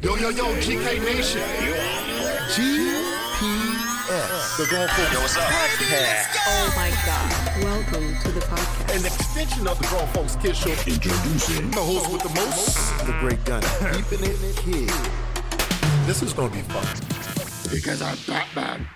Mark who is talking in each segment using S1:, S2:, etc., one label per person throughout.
S1: yo, yo, GK Nation.
S2: GPS.
S1: The Grown Folks
S3: what's up?
S4: Oh my God. Welcome to the podcast.
S1: An extension of the Grown Folks Kids Show. Introducing the host with the most.
S2: The great gun. Keeping it here.
S1: This is gonna be fun. Because I'm Batman.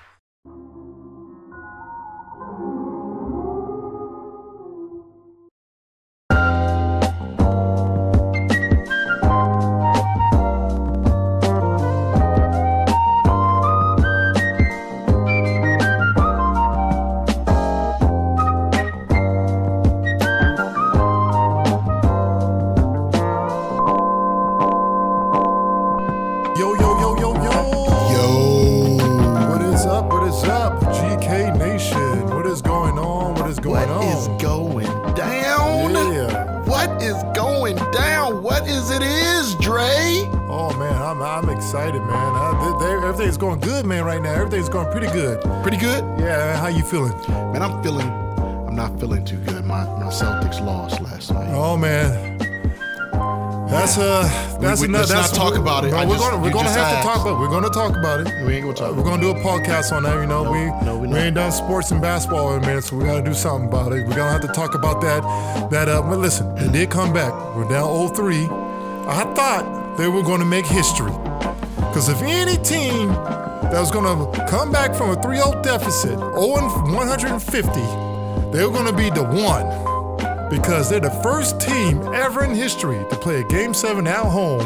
S1: Yo, yo, yo, yo, yo.
S2: Yo.
S1: What is up? What is up? GK Nation. What is going on? What is going
S2: What
S1: on?
S2: is going down?
S1: Yeah.
S2: What is going down? What is it is, Dre?
S1: Oh man, I'm, I'm excited, man. I, they, they, everything's going good, man. Right now, everything's going pretty good.
S2: Pretty good?
S1: Yeah, how you feeling?
S2: Man, I'm feeling, I'm not feeling too good. My, my Celtics lost last night.
S1: Oh man, that's uh, that's
S2: we-
S1: enough.
S2: let's
S1: that's,
S2: not talk about it.
S1: No,
S2: I
S1: we're
S2: just-
S1: gonna we're
S2: you
S1: gonna
S2: just
S1: have
S2: asked.
S1: to talk about. We're gonna talk about it.
S2: We ain't gonna talk
S1: We're
S2: about
S1: gonna do a podcast on that. You know, we
S2: no, we're
S1: we
S2: not.
S1: ain't done sports and basketball in a minute, so we gotta do something about it. We're gonna have to talk about that. That uh, but listen, they did come back. We're down 0-3. I thought they were gonna make history, because if any team that was gonna come back from a 3-0 deficit, 0 and 150, they were gonna be the one because they're the first team ever in history to play a game seven at home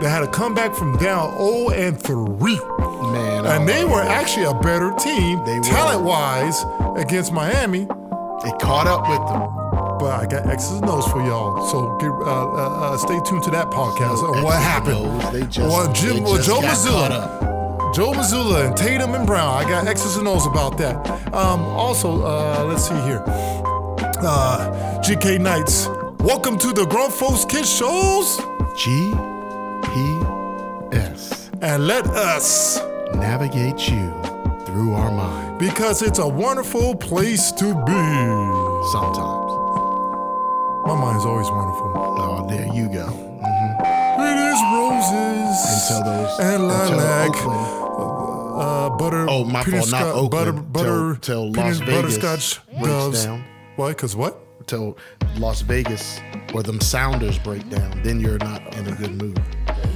S1: that had a comeback from down 0 and 3.
S2: Man,
S1: And
S2: I-
S1: they were actually a better team,
S2: Oh. They were.
S1: talent wise, against Miami.
S2: it caught up with them.
S1: But I got X's and O's for y'all, so get, uh, uh, uh, stay tuned to that podcast
S2: No
S1: on what
S2: X's and
S1: happened.
S2: O's, they just-
S1: well, Jim,
S2: they
S1: well,
S2: just
S1: Joe
S2: got caught
S1: Mazzulla, Joe Mazzulla, and Tatum and Brown. I got X's and O's about that. Um, also, uh, let's see here. Uh, GK Knights, welcome to the Grown Folks Kids Shows,
S2: GPS.
S1: and let us,
S2: Navigate you through our mind
S1: because it's a wonderful place to be.
S2: sometimes.
S1: My mind's always wonderful.
S2: Oh, there you go.
S1: It is roses
S2: Until those.
S1: and
S2: until
S1: lilac,
S2: Oakland-
S1: uh, butter.
S2: Oh, my
S1: peanut
S2: fault, not
S1: scot-
S2: Oakland,
S1: Butter,
S2: till-
S1: butter,
S2: till
S1: peanut
S2: Las Vegas
S1: butterscotch
S2: breaks
S1: doves.
S2: down.
S1: Why? Cause what?
S2: till Las Vegas or them Sounders break down, then you're not in a good mood.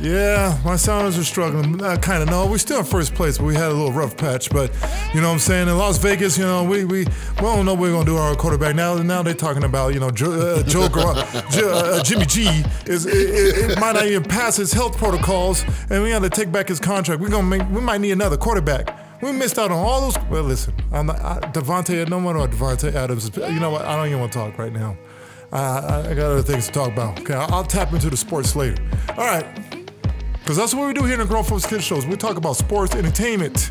S1: Yeah, my Sounders are struggling. I kind of know. We're still in first place, but we had a little rough patch. But you know what I'm saying? In Las Vegas, you know, we we, we don't know what we're going to do our quarterback. Now now they're talking about, you know, Joe, uh, Joe Gar- J- uh, Jimmy G is it, it, it might not even pass his health protocols, and we got to take back his contract. We're going to make, we might need another quarterback. We missed out on all those. Well, listen, I'm not, I, Devontae, no more about Devontae Adams. You know what? I don't even want to talk right now. I, I, I got other things to talk about. Okay, I'll, I'll tap into the sports later. All right. Because that's what we do here in the Grown Folks Kids Shows. We talk about sports, entertainment,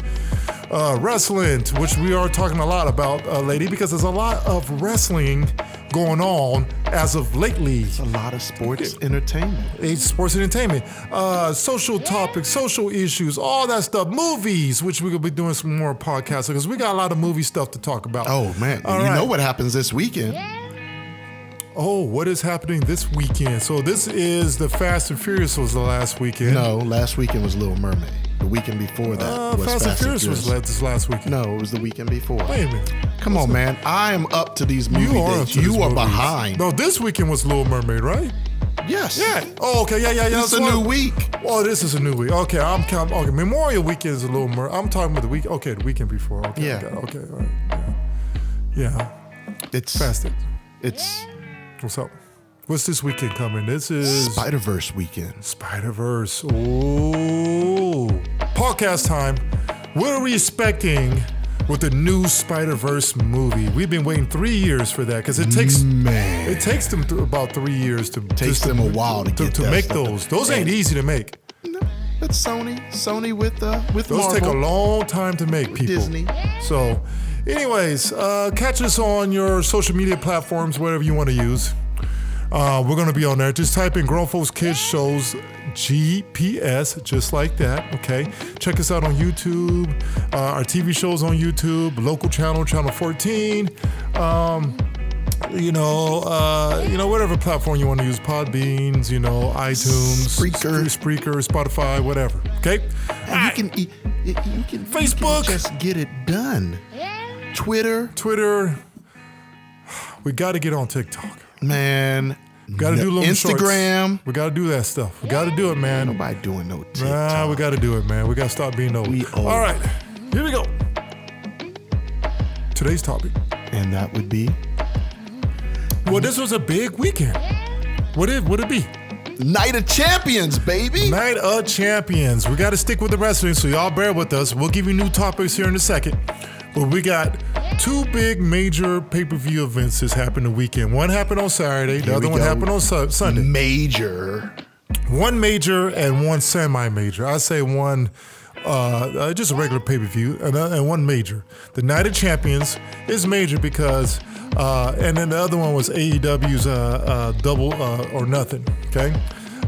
S1: uh, wrestling, which we are talking a lot about, uh, lady, because there's a lot of wrestling going on as of lately.
S2: A lot of sports entertainment.
S1: It's sports entertainment, uh, social topics, social issues, all that stuff, movies, which we're going to be doing some more podcasts because we got a lot of movie stuff to talk about.
S2: Oh man,
S1: All
S2: you
S1: right.
S2: know what happens this weekend?
S1: Oh, what is happening this weekend? So this is the Fast and Furious was the last weekend.
S2: No, last weekend was Little Mermaid. The weekend before that
S1: uh,
S2: was
S1: Fast, and Furious was last, this last weekend.
S2: No, it was the weekend before.
S1: Wait a minute.
S2: Come on, man. I am up to these movie
S1: up
S2: dates.
S1: to these
S2: You are
S1: movies.
S2: behind.
S1: No, this weekend was Little Mermaid, right?
S2: Yes.
S1: Yeah. Oh, okay. Yeah, yeah, yeah.
S2: It's a
S1: That's
S2: new
S1: why-
S2: week.
S1: Oh, this is a new week. Okay, I'm counting. Okay, Memorial Weekend is a Little Mermaid. I'm talking about the week. Okay, the weekend before. Okay.
S2: Yeah.
S1: I got it. Okay. All right. Yeah. yeah.
S2: It's
S1: Fast. it.
S2: It's
S1: What's up? What's this weekend coming? This is
S2: Spider Verse weekend.
S1: Spider Verse. Ooh. Podcast time. What are we expecting with the new Spider Verse movie? We've been waiting three years for that because it takes
S2: Mm. Man.
S1: it takes them th- about three years to
S2: Takes
S1: just to-
S2: them a while to
S1: to,
S2: get
S1: to
S2: that
S1: make
S2: stuff.
S1: those. Those ain't easy to make.
S2: No, that's Sony. Sony with uh with
S1: Those
S2: Marvel.
S1: take a long time to make, people.
S2: Disney.
S1: So, anyways, uh, catch us on your social media platforms, whatever you want to use. Uh, we're gonna be on there. Just type in Grown Folks Kids Shows GPS, just like that. Okay. Check us out on YouTube. Uh, our TV shows on YouTube, local channel, channel 14. Um, you know, uh, you know, whatever platform you want to use, Podbeans, you know, iTunes,
S2: Spreaker.
S1: Spre- Spreaker, Spotify, whatever. Okay,
S2: And you can e, you, you can you can
S1: Facebook.
S2: just get it done. Twitter,
S1: Twitter. We got to get on TikTok.
S2: man.
S1: Got to do little shorts.
S2: Instagram.
S1: We got to do that stuff. We got to do it, man.
S2: Nobody doing no
S1: Nah,
S2: TikTok.
S1: we got to do it, man. We got to stop being old.
S2: We old.
S1: All right, here we go. Today's topic.
S2: and that would be
S1: Well, this was a big weekend. What it would it be?
S2: Night of Champions, baby.
S1: Night of Champions. We got to stick with the wrestling, so y'all bear with us. We'll give you new topics here in a second. But we got two big major pay per view events that's happened the weekend. One happened on Saturday, the
S2: Here
S1: other
S2: we
S1: one
S2: go.
S1: happened on Su- Sunday.
S2: Major.
S1: One major and one semi major. I say one, uh, uh, just a regular pay per view, and, uh, and one major. The Night of Champions is major because, uh, and then the other one was AEW's uh, uh, Double uh, or Nothing, okay?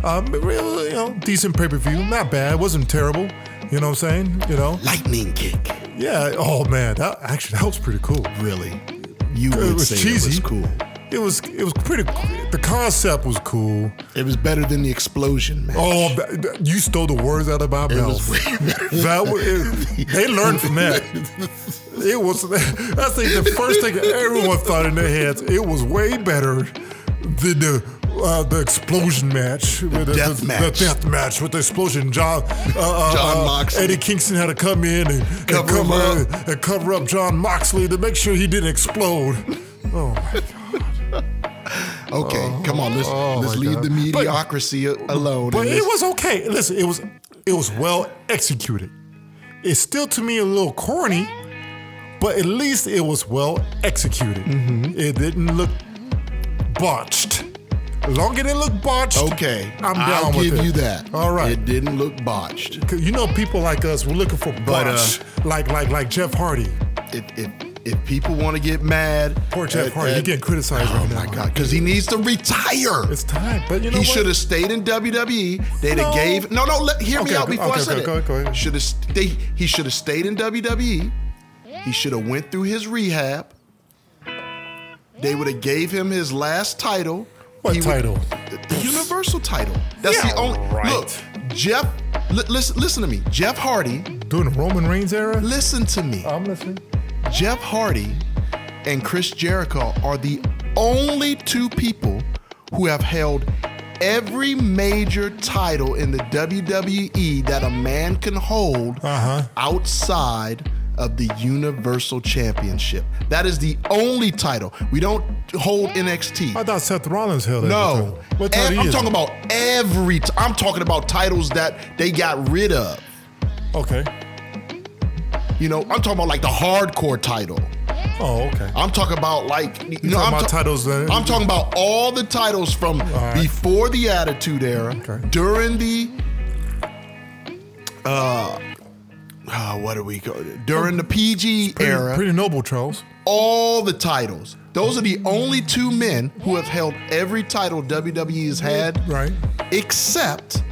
S1: Um, but real, you know, decent pay per view, not bad, wasn't terrible. You know what I'm saying? You know,
S2: Lightning kick.
S1: yeah. Oh man, that, actually that was pretty cool.
S2: Really. You
S1: It
S2: would
S1: was
S2: say
S1: cheesy.
S2: it was cool.
S1: It was it was pretty. The concept was cool.
S2: It was better than the explosion, man.
S1: Oh, ba- ba- you stole the words out of my
S2: it
S1: mouth.
S2: was way better.
S1: That was, it, they learned from that. It was I think the first thing everyone thought in their heads. It was way better than the uh, the explosion match, the, the,
S2: death
S1: the,
S2: match.
S1: the death match with the explosion. John uh, uh,
S2: John
S1: uh,
S2: Moxley.
S1: Eddie Kingston had to come in and and
S2: Cover him
S1: cover, and cover up John Moxley to make sure he didn't explode. Oh my
S2: Okay, come on. Let's, let's
S1: Oh. my
S2: leave
S1: God.
S2: the mediocrity alone.
S1: But
S2: and
S1: it
S2: let's-
S1: was okay. Listen, it was it was well executed. It's still to me a little corny, but at least it was well executed.
S2: Mm-hmm.
S1: It didn't look botched. As long as it didn't look botched,
S2: okay.
S1: I'm
S2: I'll
S1: down with
S2: give
S1: it.
S2: you that.
S1: All right.
S2: It didn't look botched.
S1: 'Cause you know, people like us, we're looking for
S2: But, uh,
S1: botch, like like like Jeff Hardy.
S2: If if, if people want to get mad,
S1: Poor Jeff
S2: at-
S1: Hardy,
S2: at-
S1: he getting criticized
S2: Oh
S1: right now.
S2: my God, because he needs to retire.
S1: It's time, but you know
S2: He
S1: what?
S2: should have stayed in WWE. They'd
S1: No.
S2: have gave no, no. Let, hear
S1: Okay,
S2: me out
S1: go-
S2: before
S1: okay,
S2: I said
S1: okay,
S2: it.
S1: go ahead, go ahead.
S2: Should have stay. He should have stayed in WWE. He should have went through his rehab. They would have gave him his last title.
S1: What
S2: He would-
S1: title?
S2: the Universal title. That's
S1: Yeah,
S2: the only.
S1: right.
S2: Look, Jeff. li- listen, listen to me. Jeff Hardy.
S1: During the Roman Reigns era.
S2: Listen to me.
S1: I'm listening.
S2: Jeff Hardy and Chris Jericho are the only two people who have held every major title in the WWE that a man can hold
S1: Uh-huh.
S2: outside of the Universal Championship. That is the only title. We don't hold NXT.
S1: I thought Seth Rollins held that.
S2: No.
S1: title. What title
S2: Ev-
S1: he
S2: I'm
S1: is?
S2: talking about every t- I'm talking about titles that they got rid of.
S1: Okay.
S2: You know, I'm talking about like the hardcore title.
S1: Oh, okay.
S2: I'm talking about like you know,
S1: talking
S2: I'm
S1: about
S2: ta-
S1: titles that-
S2: I'm talking about all the titles from
S1: right.
S2: before the Attitude Era,
S1: Okay.
S2: during the uh, uh, what do we go during the PG
S1: Pretty-
S2: era?
S1: pretty noble, Charles.
S2: all the titles. Those are the only two men who have held every title WWE has had,
S1: Right.
S2: Except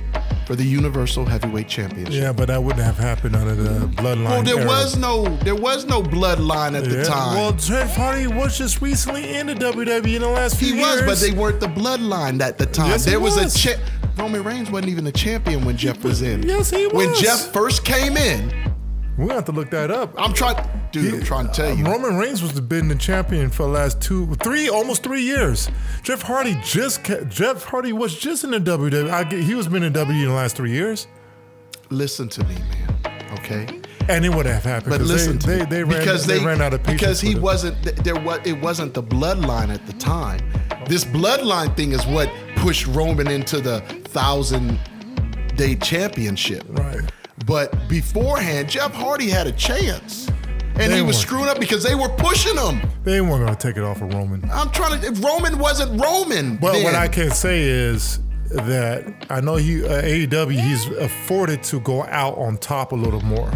S2: for the Universal Heavyweight Championship.
S1: Yeah, but that wouldn't have happened under the bloodline.
S2: Well, there
S1: era.
S2: was no there was no bloodline at
S1: Yeah.
S2: the time.
S1: Well, Jeff Hardy was just recently in the WWE in the last few
S2: He
S1: years.
S2: was, but they weren't the bloodline at the time.
S1: Yes, he
S2: there was,
S1: was.
S2: a cha- Roman Reigns wasn't even a champion when Jeff was in.
S1: Yes, he
S2: When
S1: was.
S2: Jeff first came in,
S1: we have to look that up.
S2: I'm trying, dude. I'm trying to tell you.
S1: Roman Reigns was the been the champion for the last two, three, almost three years. Jeff Hardy just ca- Jeff Hardy was just in the WWE. I get, he was been in WWE in the last three years,
S2: Listen to me, man. Okay.
S1: and it would have happened.
S2: But listen
S1: they,
S2: to
S1: they,
S2: me.
S1: they ran,
S2: because
S1: they, ran out of patience
S2: because he
S1: with it.
S2: wasn't th- there was it wasn't the bloodline at the time. This bloodline thing is what pushed Roman into the thousand day championship.
S1: Right.
S2: But beforehand, Jeff Hardy had a chance. And
S1: They
S2: he
S1: weren't.
S2: was screwing up because they were pushing him.
S1: They weren't going to take it off of Roman.
S2: I'm trying to. If Roman wasn't Roman,
S1: But
S2: then,
S1: what I can say is that I know he uh, AEW he's afforded to go out on top a little more.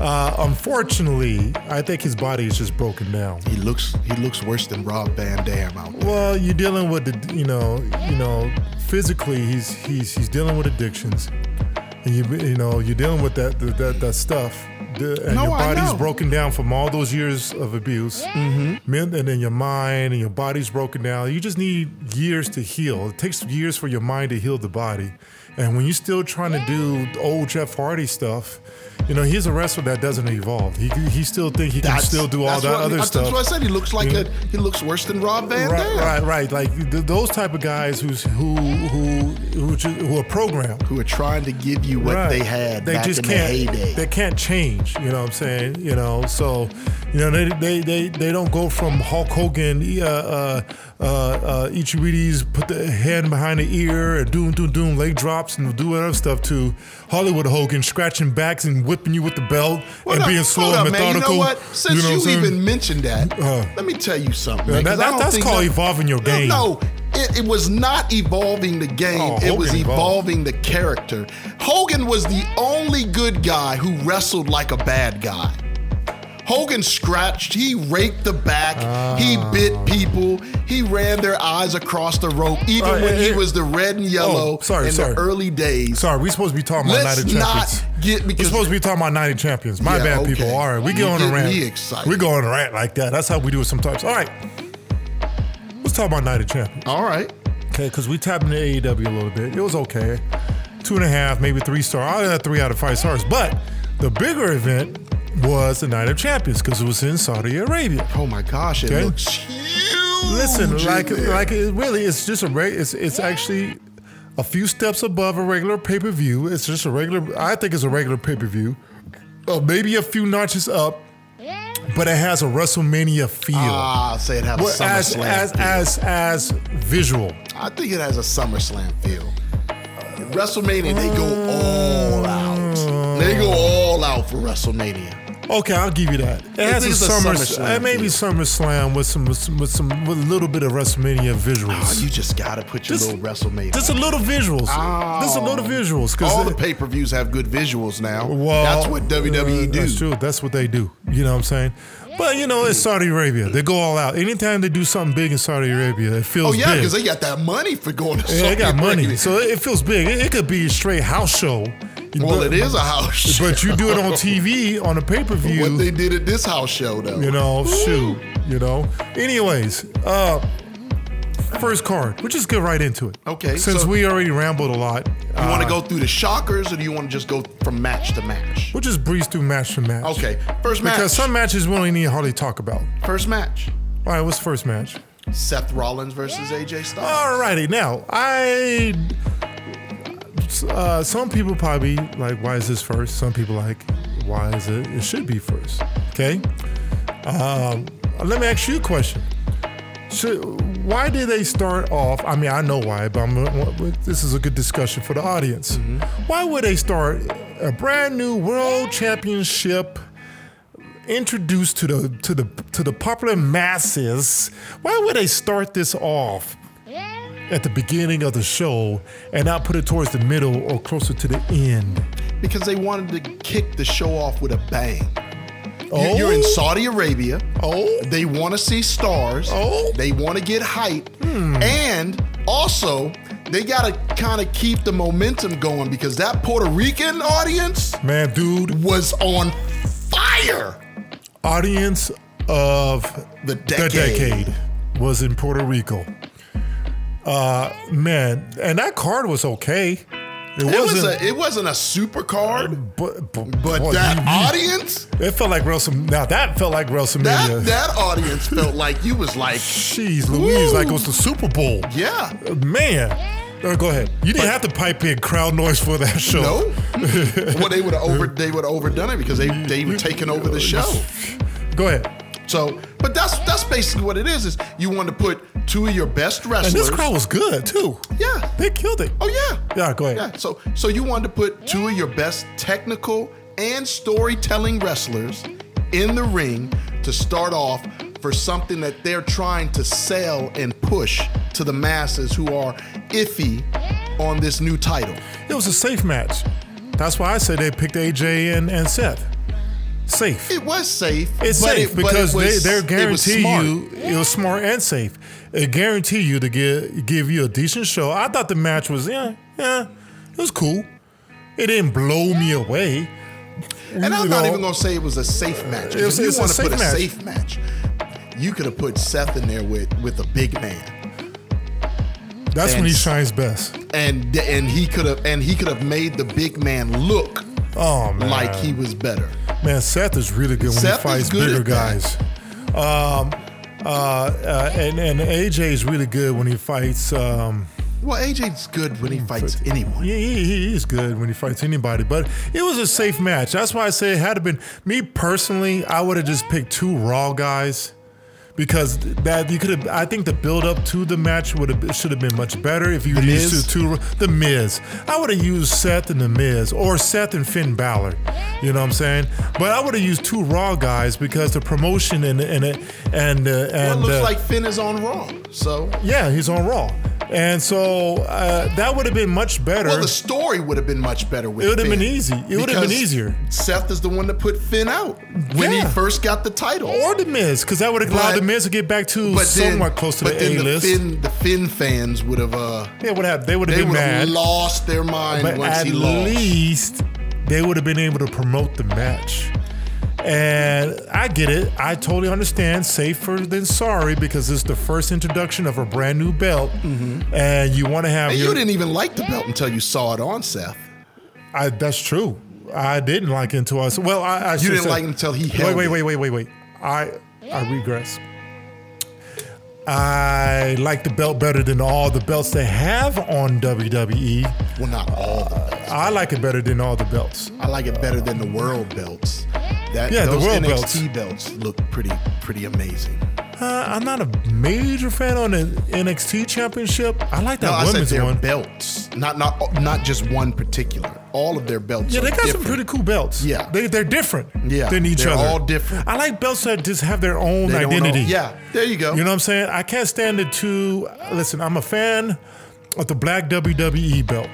S1: Uh, unfortunately, I think his body is just broken down.
S2: he looks he looks worse than Rob Van Dam out there.
S1: Well, you're dealing with the you know you know physically he's he's he's dealing with addictions, and you you know you're dealing with that that that, that stuff the, and
S2: No,
S1: your
S2: I
S1: body's
S2: know.
S1: broken down from all those years of abuse, mm-hmm. and then your mind and your body's broken down. You just need years to heal. It takes years for your mind to heal the body, and when you're still trying to do old Jeff Hardy stuff, you know he's a wrestler that doesn't evolve. He he still think he
S2: That's-
S1: can still do all
S2: that's
S1: that
S2: what-
S1: other
S2: that's
S1: stuff.
S2: what I said. He looks like
S1: You
S2: a, he looks worse than Rob Van
S1: right,
S2: Dam.
S1: right, right. Like th- those type of guys who's who who who, ju- who are programmed.
S2: Who are trying to give you what
S1: Right.
S2: they had
S1: They
S2: back
S1: just
S2: in
S1: can't.
S2: the heyday.
S1: They can't change. You know what I'm saying? You know, so you know they they they, they don't go from Hulk Hogan, uh, uh, uh, uh, Ichibides, put the hand behind the ear, and doom doom doom leg drops and do whatever stuff to Hollywood Hogan scratching backs and whipping you with the belt
S2: Well,
S1: and
S2: now-
S1: being slow
S2: hold
S1: and
S2: up, man.
S1: methodical.
S2: You know what? Since
S1: know
S2: you,
S1: what I'm saying?
S2: even mentioned that,
S1: Uh.
S2: let me tell you something.
S1: Yeah,
S2: man,
S1: that-
S2: 'cause I
S1: that-
S2: don't
S1: that's
S2: think
S1: called
S2: that-
S1: evolving your
S2: No,
S1: game.
S2: No, it, it was not evolving the game.
S1: Oh,
S2: it was
S1: Hogan evolved.
S2: evolving the character. Hogan was the only good guy who wrestled like a bad guy. Hogan scratched. He raked the back. he
S1: Ah.
S2: bit people. He ran their eyes across the rope. Even
S1: Uh,
S2: when
S1: it-
S2: he
S1: it-
S2: was the red and yellow
S1: sorry,
S2: in
S1: sorry.
S2: the early days.
S1: Sorry, we're supposed to be talking about
S2: Let's
S1: United
S2: not
S1: Champions.
S2: get- because-
S1: we're supposed to be talking about 90 champions. My
S2: Yeah,
S1: bad,
S2: okay.
S1: people. All right, we
S2: You
S1: get on a
S2: get
S1: rant.
S2: me excited.
S1: We go on a rant like that. That's how we do it sometimes. All right, let's talk about United champions.
S2: All right.
S1: Okay, because we tapped into AEW a little bit. It was okay, two and a half, maybe three star. I had three out of five stars. But the bigger event was the Night of Champions because it was in Saudi Arabia.
S2: Oh my gosh, it
S1: Okay.
S2: looks huge.
S1: Listen,
S2: in
S1: like
S2: there.
S1: like it really, it's just a reg- it's it's actually a few steps above a regular pay per view. It's just a regular. I think it's a regular pay per view, uh, maybe a few notches up, but it has a WrestleMania feel.
S2: ah, say it has
S1: Well,
S2: a
S1: as
S2: SummerSlam.
S1: as,
S2: feel.
S1: as as visual.
S2: I think it has a SummerSlam feel. At WrestleMania, they go
S1: Mm.
S2: all out. They go all out for WrestleMania.
S1: Okay, I'll give you that. It has a
S2: think it's a
S1: summer,
S2: SummerSlam
S1: uh, maybe
S2: feel.
S1: SummerSlam with some with some with some with a little bit of WrestleMania visuals.
S2: Oh, you just gotta put your little WrestleMania. Ah.
S1: Just a little visuals. Just a little visuals. 'cause
S2: all
S1: it-
S2: the pay per views have good visuals now.
S1: Well,
S2: that's what WWE
S1: uh,
S2: do.
S1: That's true. That's what they do. You know what I'm saying? But you know, it's Saudi Arabia. They go all out. Anytime they do something big in Saudi Arabia, it feels
S2: Oh yeah,
S1: big.
S2: because they got that money for going to.
S1: Yeah, they got
S2: Saudi
S1: money,
S2: Arabia.
S1: so it it feels big. It, it could be a straight house show.
S2: well,
S1: but,
S2: it is a house. show.
S1: But you do it on TV on a pay per
S2: What they
S1: view.
S2: did at this house show, though.
S1: You know, shoot. You know. Anyways, uh, first card. We'll just get right into it.
S2: Okay,
S1: Since
S2: so-
S1: we already rambled a lot,
S2: You
S1: Uh.
S2: want to go through the shockers, or do you want to just go from match to match?
S1: we'll just breeze through match to match.
S2: Okay, first match.
S1: Because some matches we don't even need to hardly talk about.
S2: first match.
S1: All right, what's the first match?
S2: Seth Rollins versus AJ Styles.
S1: All righty, now I. Uh, some people probably like, why is this first? Some people like, why is it? It should be first. Okay. Um, let me ask you a question. Should, why did they start off? I mean, I know why, but I'm, this is a good discussion for the audience. Why would they start a brand new world championship? introduced to the to the to the popular masses, why would they start this off at the beginning of the show and not put it towards the middle or closer to the end?
S2: Because they wanted to kick the show off with a bang. You- You're in Saudi Arabia.
S1: Oh.
S2: They want to see stars.
S1: Oh. Hmm.
S2: They want to get hype. And also, they got to kind of keep the momentum going because that Puerto Rican audience
S1: man, dude,
S2: was on fire.
S1: audience of
S2: The decade.
S1: decade was in Puerto Rico. Uh, man, and that card was okay. It,
S2: It, was
S1: wasn't,
S2: a, it wasn't a super card,
S1: but, but,
S2: but
S1: boy,
S2: that
S1: you- you-
S2: audience,
S1: it felt like WrestleMania. Now that felt like WrestleMania.
S2: that, that audience felt like you was like,
S1: Jeez Louise,
S2: Woo.
S1: like it was the Super Bowl.
S2: yeah.
S1: Man. Uh, go ahead. You didn't have to pipe in crowd noise for that show.
S2: No. well, they would have over they would have overdone it because they they were taking over the show.
S1: Go ahead.
S2: So, but that's that's basically what it is. Is you want to put two of your best
S1: And
S2: wrestlers?
S1: this crowd was good too.
S2: Yeah.
S1: They killed it.
S2: Oh yeah.
S1: Yeah, go ahead.
S2: Yeah. So so you wanted to put two of your best technical and storytelling wrestlers in the ring to start off for something that they're trying to sell and push to the masses who are iffy on this new title.
S1: It was a safe match. That's why I say they picked AJ and, and Seth. Safe.
S2: It was safe.
S1: It's
S2: but
S1: safe
S2: it- but it
S1: because
S2: was-
S1: they, they're
S2: it was
S1: guarantee
S2: smart.
S1: you it was smart and safe. They guarantee you to give give you a decent show. I thought the match was yeah yeah it was cool. It didn't blow me away,
S2: And I'm not
S1: know,
S2: even gonna say it was a safe match.
S1: It was-
S2: if you
S1: it's a
S2: want to
S1: safe
S2: put a
S1: match.
S2: safe match, you could have put Seth in there with with a big man,
S1: That's when he
S2: and-
S1: shines best.
S2: and and he could have and he could have made the big man look
S1: Oh man,
S2: like he was better.
S1: man, Seth is really good when
S2: Seth
S1: he
S2: is
S1: fights
S2: good
S1: bigger
S2: at that.
S1: guys. Um, uh, uh, and and AJ is really good when he fights. Um,
S2: Well, AJ's good when he fights anyone.
S1: Yeah, he, he, he's good when he fights anybody, but it was a safe match. That's why I say it had to been me personally. I would have just picked two raw guys because that you could have. I think the build up to the match would have should have been much better if you
S2: The
S1: used
S2: Miz?
S1: to two. The Miz, I would have used Seth and the Miz or Seth and Finn Balor. You know what I'm saying? But I would have used two raw guys because the promotion and and and uh,
S2: Well, it
S1: and
S2: looks
S1: uh,
S2: like Finn is on Raw. So,
S1: yeah, he's on Raw. And so uh, that would have been much better.
S2: well, the story would have been much better with.
S1: It would have
S2: Finn
S1: been easy. It would have been
S2: because
S1: easier.
S2: Seth is the one that put Finn out when
S1: Yeah.
S2: he first got the title.
S1: Or the Miz, because that would have allowed
S2: But-
S1: the Miz to get back to
S2: but then,
S1: somewhat close to
S2: but
S1: the
S2: then
S1: A
S2: the
S1: list.
S2: Finn, the Finn fans would have. Uh,
S1: They would have. They would have
S2: they
S1: been
S2: would
S1: mad.
S2: have lost their mind
S1: but
S2: once
S1: at
S2: he lost.
S1: least they would have been able to promote the match. And I get it. I totally understand. Safer than sorry because it's the first introduction of a brand new belt, and you want to have
S2: and
S1: your.
S2: Mm-hmm. you didn't even like the belt until you saw it on Seth.
S1: I, that's true. I didn't like it until I. Well, I, I you
S2: didn't like it until he
S1: Wait,
S2: held
S1: wait,
S2: it.
S1: wait, wait, wait, wait. I I regress. I like the belt better than all the belts they have on WWE.
S2: Well, not all. Of them.
S1: I like it better than all the belts.
S2: I like it better than the world belts. That
S1: Yeah, the
S2: those
S1: world
S2: NXT belts. look pretty pretty amazing.
S1: Uh, I'm not a major fan on the NXT Championship. I like that
S2: No, I said
S1: women's
S2: their
S1: one.
S2: belts, not not not just one particular. All of their belts.
S1: Yeah,
S2: are
S1: they got some
S2: different.
S1: pretty cool belts.
S2: Yeah.
S1: they they're different.
S2: Yeah,
S1: than each
S2: they're
S1: other.
S2: all different.
S1: I like belts that just have their own
S2: They don't
S1: identity.
S2: All, yeah, there you go.
S1: You know what I'm saying? I can't stand the two. Listen, I'm a fan of the black WWE belt,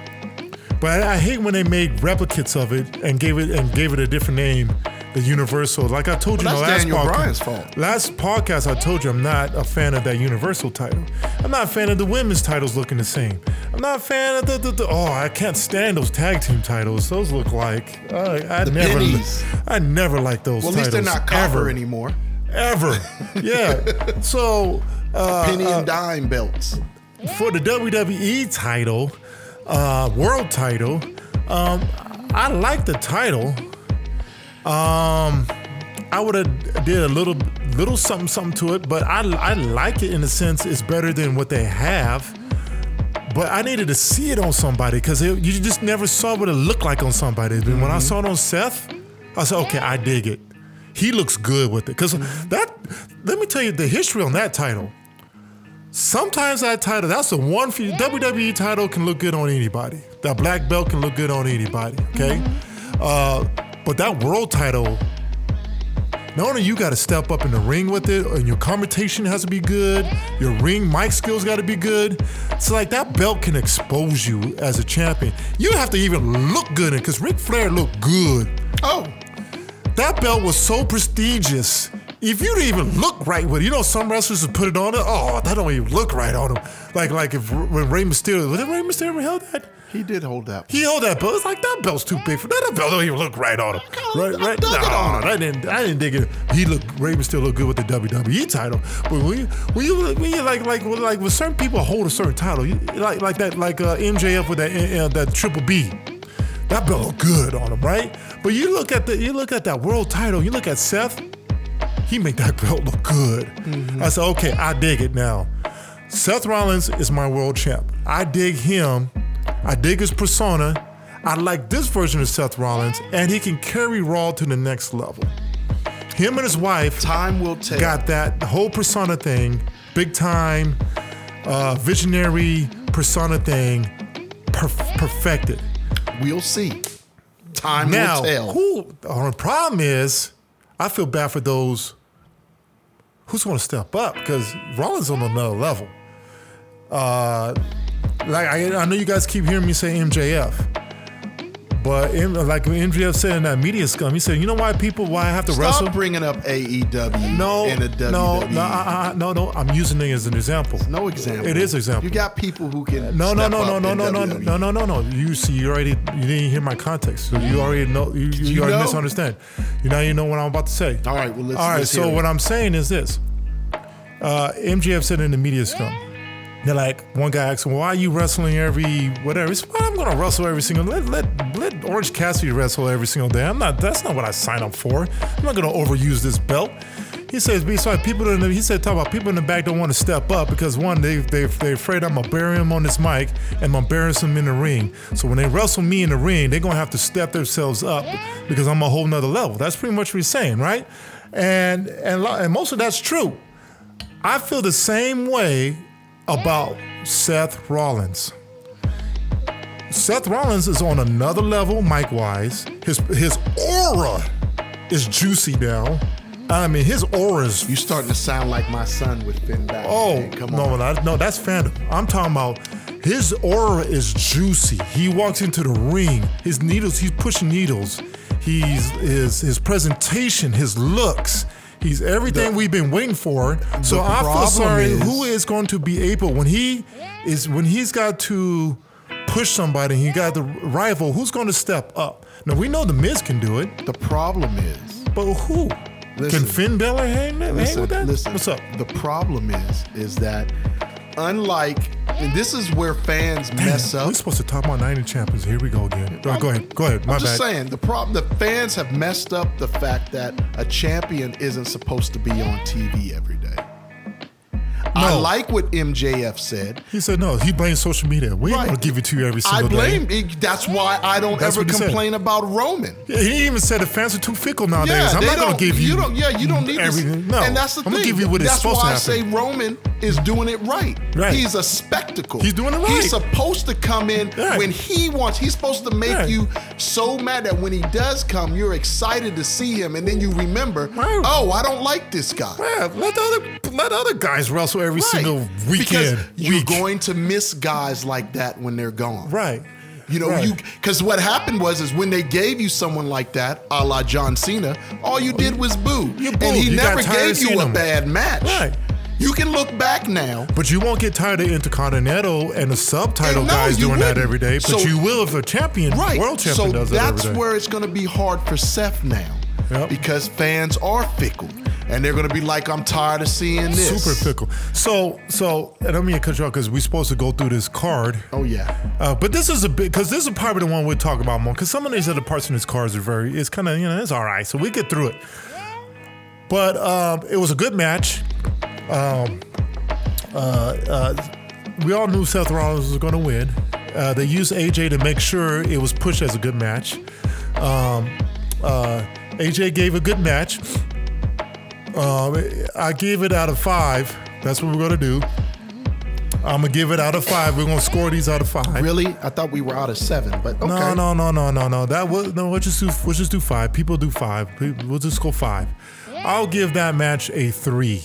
S1: but I, I hate when they made replicates of it and gave it and gave it a different name, the Universal. Like I told you
S2: Well,
S1: in the last
S2: that's Daniel
S1: podcast,
S2: Bryan's fault.
S1: last podcast I told you I'm not a fan of that Universal title. I'm not a fan of the women's titles looking the same. I'm not a fan of the, the, the oh I can't stand those tag team titles. Those look like uh, I
S2: The
S1: never
S2: pennies.
S1: I never liked those.
S2: well, at least they're
S1: titles,
S2: not copper
S1: ever,
S2: anymore.
S1: Ever, yeah. so. Uh,
S2: Penny and dime belts.
S1: for the WWE title, uh, world title. Um, I like the title. Um, I would have did a little little something something to it, but I I like it in the sense it's better than what they have. But I needed to see it on somebody because you just never saw what it looked like on somebody. And when I saw it on Seth, I said, okay, I dig it. He looks good with it because that. Let me tell you the history on that title. Sometimes that title, that's the one for you. WWE title can look good on anybody. That black belt can look good on anybody, okay? Uh, but that world title, not only you got to step up in the ring with it, and your conversation has to be good, your ring mic skills got to be good. So like that belt can expose you as a champion. You have to even look good in, because Ric Flair looked good
S2: Oh,
S1: that belt was so prestigious. If you didn't even look right with it, you know some wrestlers would put it on. Oh, that don't even look right on him. Like like if when Rey Mysterio, was it Rey Mysterio who held that?
S2: he did hold that.
S1: He held that belt. It's like that belt's too big for that. That belt don't even look right on him.
S2: kinda-
S1: Right,
S2: I
S1: right.
S2: dug it on him.
S1: I didn't. I didn't dig it. He looked. Rey Mysterio looked good with the WWE title. But when you when you, when you like like when, like when certain people hold a certain title, you, like like that like uh, MJF with that uh, that Triple B. That belt looked good on him, right? But you look at the you look at that world title. You look at Seth. He make that belt look good. I said, okay, I dig it now. Seth Rollins is my world champ. I dig him. I dig his persona. I like this version of Seth Rollins, and he can carry Raw to the next level. Him and his wife
S2: Time will tell.
S1: got that whole persona thing, big time, uh, visionary persona thing, perf- perfected.
S2: We'll see. Time
S1: Now,
S2: will tell.
S1: who? oh, The problem is, I feel bad for those who's going to step up because Rollins on another level. Uh, like I, I know you guys keep hearing me say MJF, But in, like MJF said in that media scum, he said, "You know why people? Why I have to
S2: Stop
S1: wrestle?"
S2: bringing up AEW
S1: No,
S2: and the WWE.
S1: no, no, uh, uh, no, no. I'm using it as an example.
S2: E. No example.
S1: It is example.
S2: You got people who can.
S1: No, no,
S2: step
S1: no, no,
S2: up
S1: no,
S2: in E.
S1: no, no,
S2: WWE.
S1: no, no, no, no. You see, you already, you didn't hear my context. So you already know, you, you,
S2: You
S1: already
S2: know.
S1: misunderstand. You now you know what I'm about to say.
S2: All right, well, let's.
S1: All right.
S2: let's
S1: So
S2: hear
S1: what
S2: it.
S1: I'm saying is this: uh, MJF said in the media scrum, they're like, one guy asked him, "Why are you wrestling every whatever?" He said, "Well, I'm gonna wrestle every single. Let let let Orange Cassidy wrestle every single day. I'm not. That's not what I signed up for. I'm not gonna overuse this belt." He says, besides people in the, he said, talk about people in the back don't want to step up because one, they, they, they're afraid I'm gonna bury him on this mic and I'm gonna embarrass him in the ring. So when they wrestle me in the ring, they're gonna have to step themselves up because I'm a whole nother level. That's pretty much what he's saying, right? And, and, lo- and most of that's true. I feel the same way about Seth Rollins. Seth Rollins is on another level, mic wise. His his aura is juicy now. I mean, his aura is
S2: you starting to sound like my son with Finn Balor.
S1: Oh,
S2: man. come
S1: no,
S2: on.
S1: no, no, that's fandom. I'm talking about his aura is juicy. He walks into the ring, his needles, he's pushing needles. He's his his presentation, his looks. He's everything we've been waiting for. So I feel
S2: problem
S1: sorry.
S2: is-
S1: who is going to be able when he is when he's got to push somebody? He got the rival. Who's going to step up? Now we know the Miz can do it,
S2: The problem is.
S1: but who?
S2: Listen.
S1: can Finn Balor hang, hang
S2: Listen,
S1: with that?
S2: listen.
S1: What's up?
S2: The problem is, is that unlike, and this is where fans mess up.
S1: We're supposed to talk about 90 champions. Here we go again. Go- go ahead. Go ahead. My
S2: I'm just
S1: bad.
S2: saying the problem. The fans have messed up the fact that a champion isn't supposed to be on TV every day. I
S1: No.
S2: like what MJF said.
S1: He said no. He blames social media. We ain't
S2: Right.
S1: gonna give it to you every
S2: I
S1: single
S2: blame.
S1: day.
S2: it- That's why I don't
S1: That's
S2: ever
S1: what he said.
S2: complain about Roman.
S1: Yeah, He even said the fans are too fickle nowadays.
S2: Yeah,
S1: I'm
S2: they
S1: not gonna
S2: don't-
S1: give you.
S2: don't, yeah, you don't need
S1: everything.
S2: This.
S1: No,
S2: and that's the
S1: I'm
S2: thing.
S1: gonna give you what
S2: that's
S1: it's supposed
S2: why
S1: to
S2: I say
S1: happen.
S2: Roman is doing it right.
S1: Right.
S2: He's a spectacle.
S1: He's doing it right.
S2: He's supposed to come in
S1: Right.
S2: when he wants. He's supposed to make
S1: Right.
S2: you so mad that when he does come, you're excited to see him, and then you remember,
S1: Right.
S2: oh, I don't like this guy.
S1: yeah, let the other let other guys wrestle every
S2: Right.
S1: single weekend.
S2: Because you're
S1: week.
S2: going to miss guys like that when they're gone.
S1: right.
S2: You know,
S1: Right.
S2: you because what happened was is when they gave you someone like that, a la John Cena, all you did was boo,
S1: You
S2: and he
S1: booed. You got
S2: never
S1: tired
S2: gave
S1: of
S2: you
S1: seeing
S2: a
S1: him.
S2: bad match.
S1: Right.
S2: You can look back now.
S1: But you won't get tired of Intercontinental and the subtitle
S2: And no,
S1: guys
S2: you
S1: doing that
S2: wouldn't.
S1: every day. But
S2: So-
S1: you will if a champion,
S2: Right.
S1: world champion,
S2: so
S1: does that every
S2: that's
S1: day.
S2: where it's going to be hard for Seth now,
S1: Yep.
S2: because fans are fickle, and they're going to be like, "I'm tired of seeing this."
S1: super fickle. So so, and I mean to cut you off because we're supposed to go through this card.
S2: Oh yeah.
S1: Uh, but this is a bit because this is probably the one we'll talk about more because some of these other parts in his cars are very it's kind of you know it's all right so we get through it but um, it was a good match um, uh, uh, we all knew Seth Rollins was going to win uh, they used AJ to make sure it was pushed as a good match um, uh, AJ gave a good match um, I gave it out of five that's what we're going to do I'm gonna give it out of five. We're gonna score these out of five.
S2: Really? I thought we were out of seven, but okay.
S1: No, no, no, no, no, no. That was no. Let's just do. We'll just do five. People do five. We- We'll just go five. I'll give that match a three,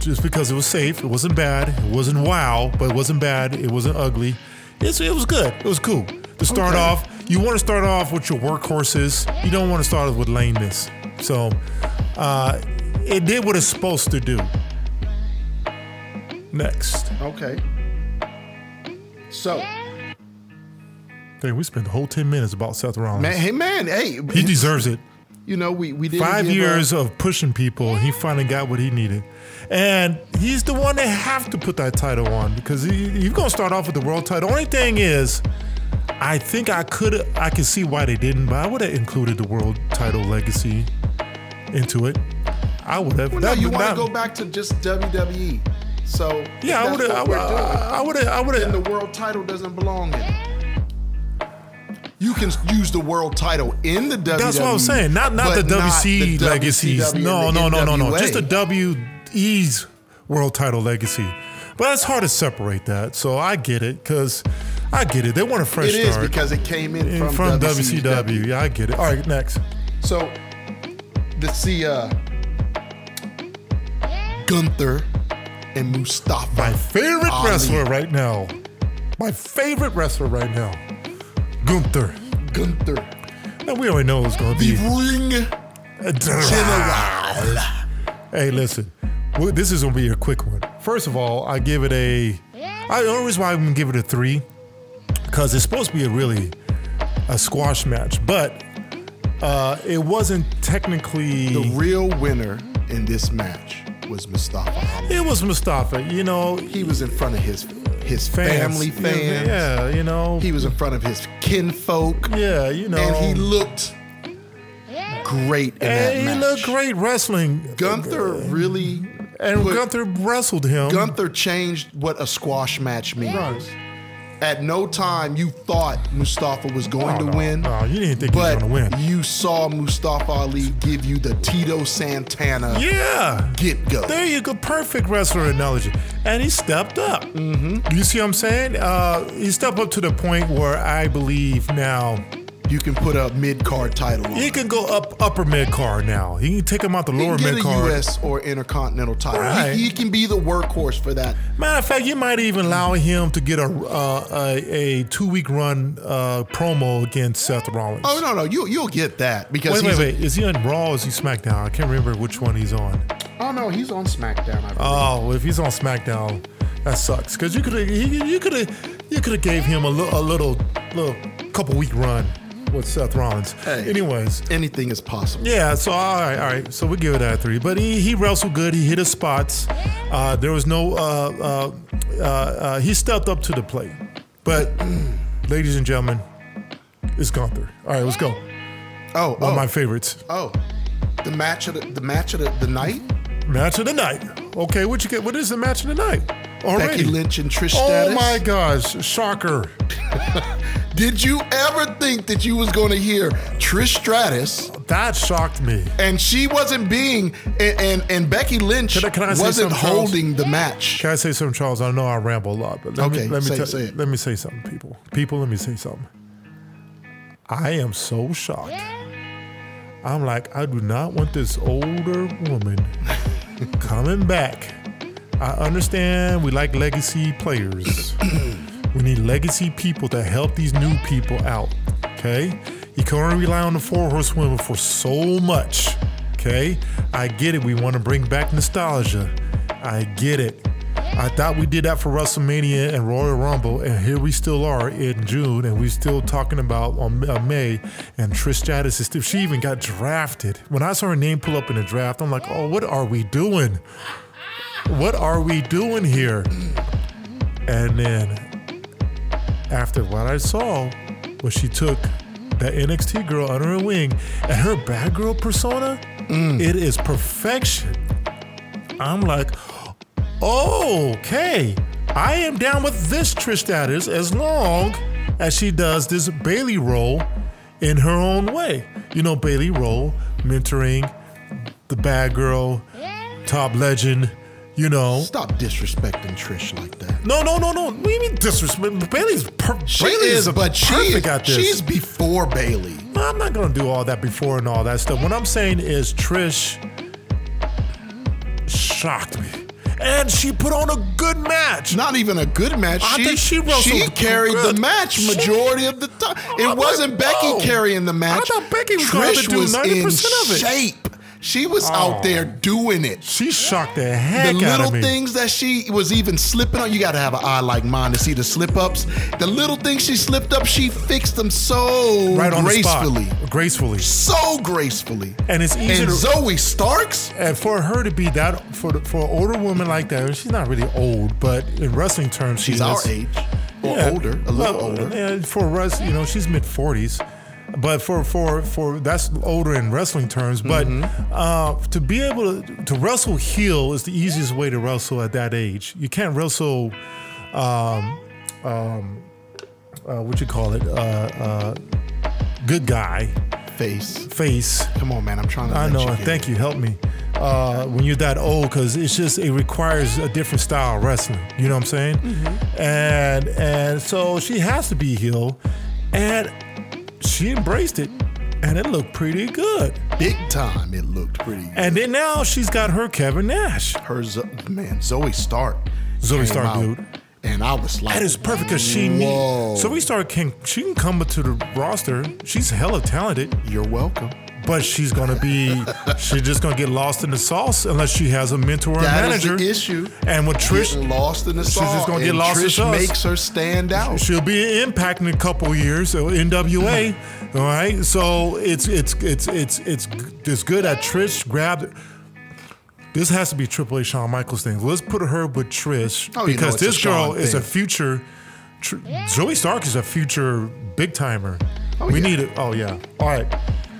S1: just because it was safe. It wasn't bad. It wasn't wow, but it wasn't bad. It wasn't ugly. It's, it was good. It was cool to start
S2: Okay.
S1: off. You want to start off with your workhorses. You don't want to start off with lameness. So, uh, it did what it's supposed to do. Next,
S2: Okay. So,
S1: Dang, we spent the whole ten minutes about Seth Rollins.
S2: man, hey man, hey,
S1: He deserves it.
S2: you know we we did
S1: five years of pushing people, he finally got what he needed. And he's the one they have to put that title on because he, he's gonna start off with the world title. Only thing is, I think I could I can see why they didn't, but I would have included the world title legacy into it. I would have.
S2: no,
S1: That-
S2: you want to
S1: that-
S2: go back to just WWE. So
S1: Yeah, I
S2: that's
S1: would have. I
S2: what we're doing.
S1: would have. I would
S2: Then
S1: have.
S2: the world title doesn't belong in. It. You can use the world title in the WWE.
S1: That's what I'm saying. Not not the
S2: E. but
S1: WC
S2: the
S1: legacies.
S2: WCW
S1: No,
S2: and the
S1: no, no, no, no.
S2: NWA.
S1: Just the WE's world title legacy. But it's hard to separate that. So I get it because I get it. They want a fresh
S2: It is
S1: start
S2: because it came in,
S1: In-
S2: from,
S1: from,
S2: WCW.
S1: WCW. Yeah, I get it. All right, next.
S2: So let's see uh, Gunther and Mustafa.
S1: My favorite
S2: Ali.
S1: wrestler right now. My favorite wrestler right now. Gunther.
S2: Gunther,
S1: Man, we already know it's going to
S2: the
S1: be.
S2: ring general.
S1: Hey, listen, well, this is gonna be a quick one. First of all, I give it a. I the only reason why I'm gonna give it a three, because it's supposed to be a really a squash match, but uh, it wasn't technically.
S2: The real winner in this match was Mustafa Ali.
S1: it was Mustafa, you know,
S2: He was in front of his his
S1: fans,
S2: family
S1: you know,
S2: fans.
S1: Yeah, you know,
S2: He was in front of his kinfolk.
S1: yeah, you know,
S2: And he looked great in that
S1: and he
S2: match.
S1: looked great wrestling.
S2: Gunther really
S1: and
S2: put-
S1: Gunther wrestled him.
S2: Gunther changed what a squash match means.
S1: Right.
S2: At no time you thought Mustafa was going to win.
S1: no, you didn't think he was
S2: but
S1: gonna win.
S2: you saw Mustafa Ali give you the Tito Santana
S1: yeah,
S2: get go.
S1: There you go, perfect wrestler analogy. And he stepped up. Mm-hmm. You see what I'm saying? Uh, he stepped up to the point where I believe now
S2: You can put a mid card title on.
S1: he can go up upper mid card now. He can take him out the
S2: He can
S1: lower
S2: get
S1: mid card.
S2: a U.S. or intercontinental title. He-
S1: Right.
S2: He, can be the workhorse for that.
S1: Matter of fact, you might even allow him to get a uh, a, a two week run uh, promo against Seth Rollins.
S2: Oh no, no, you you'll get that because
S1: Wait, wait,
S2: he's.
S1: wait. Is he on Raw or is he SmackDown? I can't remember which one he's on.
S2: Oh no, he's on SmackDown. I believe.
S1: Oh, if he's on SmackDown, that sucks. Cause you could have, you could have, you could have gave him a, li- a little, little couple week run with Seth Rollins.
S2: Hey.
S1: Anyways,
S2: Anything is possible.
S1: yeah. So all right, all right. So we give it that three. But he he wrestled good. He hit his spots. Uh, there was no. Uh, uh, uh, uh, he stepped up to the plate. But ladies and gentlemen, it's Gunther. All right, let's go.
S2: Oh,
S1: One
S2: oh,
S1: of my favorites.
S2: oh, the match of the, the match of the, the night.
S1: Match of the night. Okay, what you get? What is the match of the night? Already.
S2: Becky Lynch and Trish
S1: Oh
S2: Stratus.
S1: my gosh, shocker.
S2: Did you ever think that you was going to hear Trish Stratus
S1: That shocked me.
S2: and she wasn't being and and, and Becky Lynch
S1: Can I- can I say
S2: wasn't
S1: something, Charles?
S2: holding the match?
S1: Can I say something, Charles? I know I ramble a lot, but let
S2: Okay,
S1: me let me
S2: say-
S1: tell-
S2: say it.
S1: let me say something, people. People, let me say something. I am so shocked. I'm like, I do not want this older woman coming back. I understand we like legacy players. we need legacy people to help these new people out. Okay? You can only rely on the four horsewomen for so much. Okay? I get it. We want to bring back nostalgia. I get it. I thought we did that for WrestleMania and Royal Rumble, and here we still are in June, and we still talking about on uh, May, and Trish Stratus is still. She even got drafted. When I saw her name pull up in the draft, I'm like, oh, what are we doing? What are we doing here? And then after what I saw was she took that NXT girl under her wing and her bad girl persona, it is perfection. I'm like, okay, I am down with this Trish Stratus as long as she does this Bailey role in her own way. You know, Bailey role, mentoring the bad girl, top legend, you know.
S2: Stop disrespecting Trish like that.
S1: No, no, no, no. We mean disrespect. Bailey's per-
S2: She
S1: Bailey
S2: is,
S1: a
S2: but she
S1: perfect
S2: is,
S1: at this.
S2: she's before Bailey.
S1: No, I'm not gonna do all that before and all that stuff. What I'm saying is Trish shocked me, and she put on a good match.
S2: Not even a good match.
S1: I
S2: she,
S1: think she wrestled
S2: carried
S1: good.
S2: the match
S1: She-
S2: majority of the time. It
S1: I'm like,
S2: wasn't Becky
S1: whoa.
S2: carrying the match.
S1: I thought Becky was gonna have to
S2: Trish
S1: do
S2: was
S1: 90%
S2: in
S1: of it.
S2: shape. She was out there doing it.
S1: She shocked the
S2: The
S1: heck out
S2: little
S1: of me.
S2: things that she was even slipping on, you got to have an eye like mine to see the slip ups. The little things she slipped up, she fixed them so
S1: right on
S2: gracefully.
S1: the spot, gracefully,
S2: So gracefully.
S1: and it's easy
S2: And
S1: to.
S2: Zoe Starks?
S1: and for her to be that for the, for an older woman like that, she's not really old, but in wrestling terms, she
S2: She's our
S1: is.
S2: age or
S1: Yeah.
S2: older, a little
S1: Well,
S2: older.
S1: yeah, for us, you know, she's mid forties, but for for for that's older in wrestling terms. But
S2: Mm-hmm.
S1: uh, to be able to, to wrestle heel is the easiest way to wrestle at that age. You can't wrestle, um, um, uh, what you call it, uh, uh, good guy
S2: Face.
S1: face.
S2: Come on, man. I'm trying to.
S1: I
S2: let
S1: know.
S2: You
S1: and
S2: get
S1: Thank you. Help me. Uh, when you're that old, because it's just it requires a different style of wrestling. You know what I'm saying?
S2: Mm-hmm.
S1: And and so she has to be heel, and she embraced it, and it looked pretty good.
S2: it. Big time. It looked pretty. Good.
S1: And then now she's got her Kevin Nash.
S2: her, Zo- man, Zoe Stark.
S1: Zoe
S2: came
S1: Stark,
S2: out
S1: dude.
S2: and I was like,
S1: That is perfect because she
S2: Whoa.
S1: needs. So we start can she can come to the roster. She's hella talented,
S2: You're welcome.
S1: but she's gonna be she's just gonna get lost in the sauce unless she has a mentor or
S2: That is
S1: manager.
S2: the issue.
S1: And with Trish,
S2: Getting lost in the
S1: she's
S2: sauce.
S1: just gonna get
S2: and
S1: lost in
S2: Trish
S1: sauce.
S2: makes her stand out.
S1: She'll be an impact in a couple years, so NWA.
S2: Mm-hmm.
S1: all right, so it's it's it's it's it's it's good that Trish grabbed. This has to be Triple H Shawn Michaels thing. Let's put her with Trish
S2: Oh, you know
S1: because
S2: it's a
S1: this girl
S2: Shawn
S1: is a
S2: thing.
S1: future. Tr- Zoe Stark is a future big timer.
S2: Oh,
S1: we
S2: yeah.
S1: need it. Oh yeah. All right.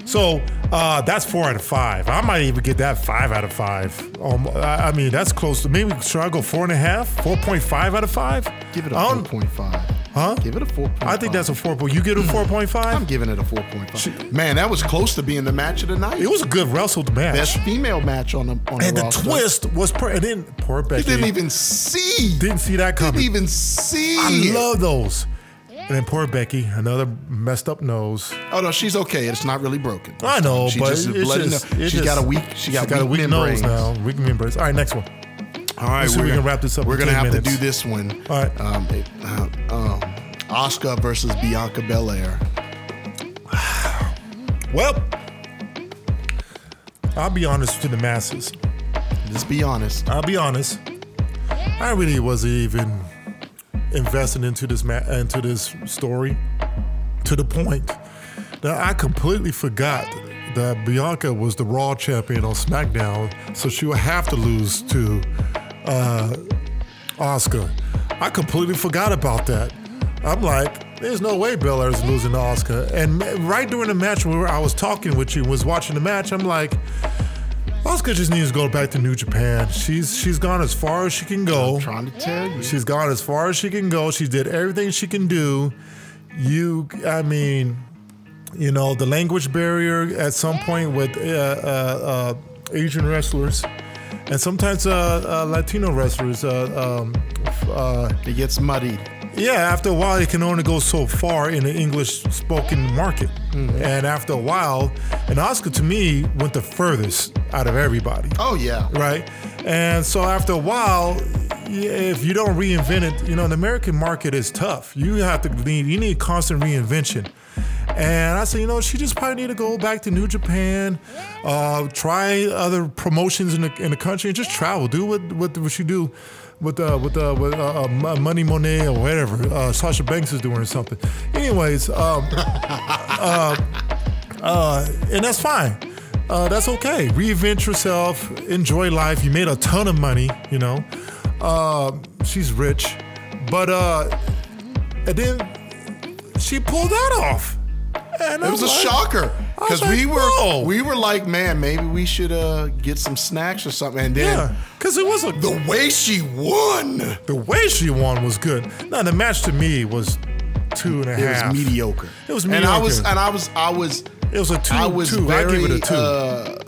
S1: So uh, that's four out of five. I might even get that five out of five. Um, I, I mean, that's close to maybe. Should I go four and a half? Four point five out of five? Um,
S2: Give it a
S1: I don't-
S2: 4.5.
S1: Huh?
S2: Give it a 4.5.
S1: I think that's a four point. You get a four point
S2: I'm
S1: five.
S2: giving it a 4.5. Man, that was close to being the match of the night.
S1: It was a good wrestled match,
S2: best female match on the on
S1: and
S2: the,
S1: the
S2: roster.
S1: twist was per- and then poor
S2: You
S1: Becky
S2: didn't even see.
S1: didn't see that
S2: Didn't
S1: coming.
S2: even see.
S1: I
S2: it.
S1: love those. And then poor Becky, another messed up nose.
S2: Oh no, she's okay. It's not really broken.
S1: I know,
S2: she
S1: but
S2: just
S1: it's
S2: bloody
S1: just,
S2: no-
S1: it's
S2: she's got a
S1: just-
S2: weak. She got,
S1: she's got a weak
S2: membranes.
S1: nose now. Weak membranes. All right, next one.
S2: All right,
S1: Let's see if we
S2: gonna-
S1: can wrap this up in
S2: We're gonna
S1: 10
S2: have
S1: minutes.
S2: to do this one.
S1: All right.
S2: Um, it- uh, um, Oscar versus Bianca Belair.
S1: Well, I'll be honest to the masses.
S2: Just be honest.
S1: I'll be honest. I really wasn't even invested into this ma- into this story to the point that I completely forgot that Bianca was the Raw champion on SmackDown, so she would have to lose to uh, Oscar. I completely forgot about that. I'm like, there's no way Belair's losing to Oscar. And ma- right during the match where I was talking with you, was watching the match, I'm like, Oscar just needs to go back to New Japan. She's she's gone as far as she can go.
S2: Trying to tell you.
S1: She's gone as far as she can go. She did everything she can do. You, I mean, you know, the language barrier at some point with uh, uh, uh, Asian wrestlers and sometimes uh, uh, Latino wrestlers. Uh, um, f- uh,
S2: It gets muddied.
S1: yeah, after a while, it can only go so far in the English spoken market. And after a while, and Oscar to me went the furthest out of everybody
S2: Oh yeah.
S1: right? And so after a while, y- if you don't reinvent it, you know the American market is tough. You have to need you need constant reinvention. And I said, you know, she just probably need to go back to New Japan, uh, try other promotions in the in the country, and just travel. Do what what, what she do with uh, with uh, with uh, uh, Mo- Money Monet or whatever uh, Sasha Banks is doing or something. Anyways. Um, uh, and that's fine. Uh, that's okay. Reinvent yourself, enjoy life. You made a ton of money, you know. Uh, she's rich, but uh, and then she pulled that off. And
S2: It was a shocker because we were
S1: Whoa.
S2: we were like, man, maybe we should uh, get some snacks or something. And then
S1: yeah, because it was a
S2: the way she won,
S1: the way she won was good. Now the match to me was two and a half.
S2: it was mediocre.
S1: It was
S2: And I was
S1: mediocre.
S2: and I was I was
S1: It was a two.
S2: I was
S1: two.
S2: very
S1: I give it a two.
S2: Uh,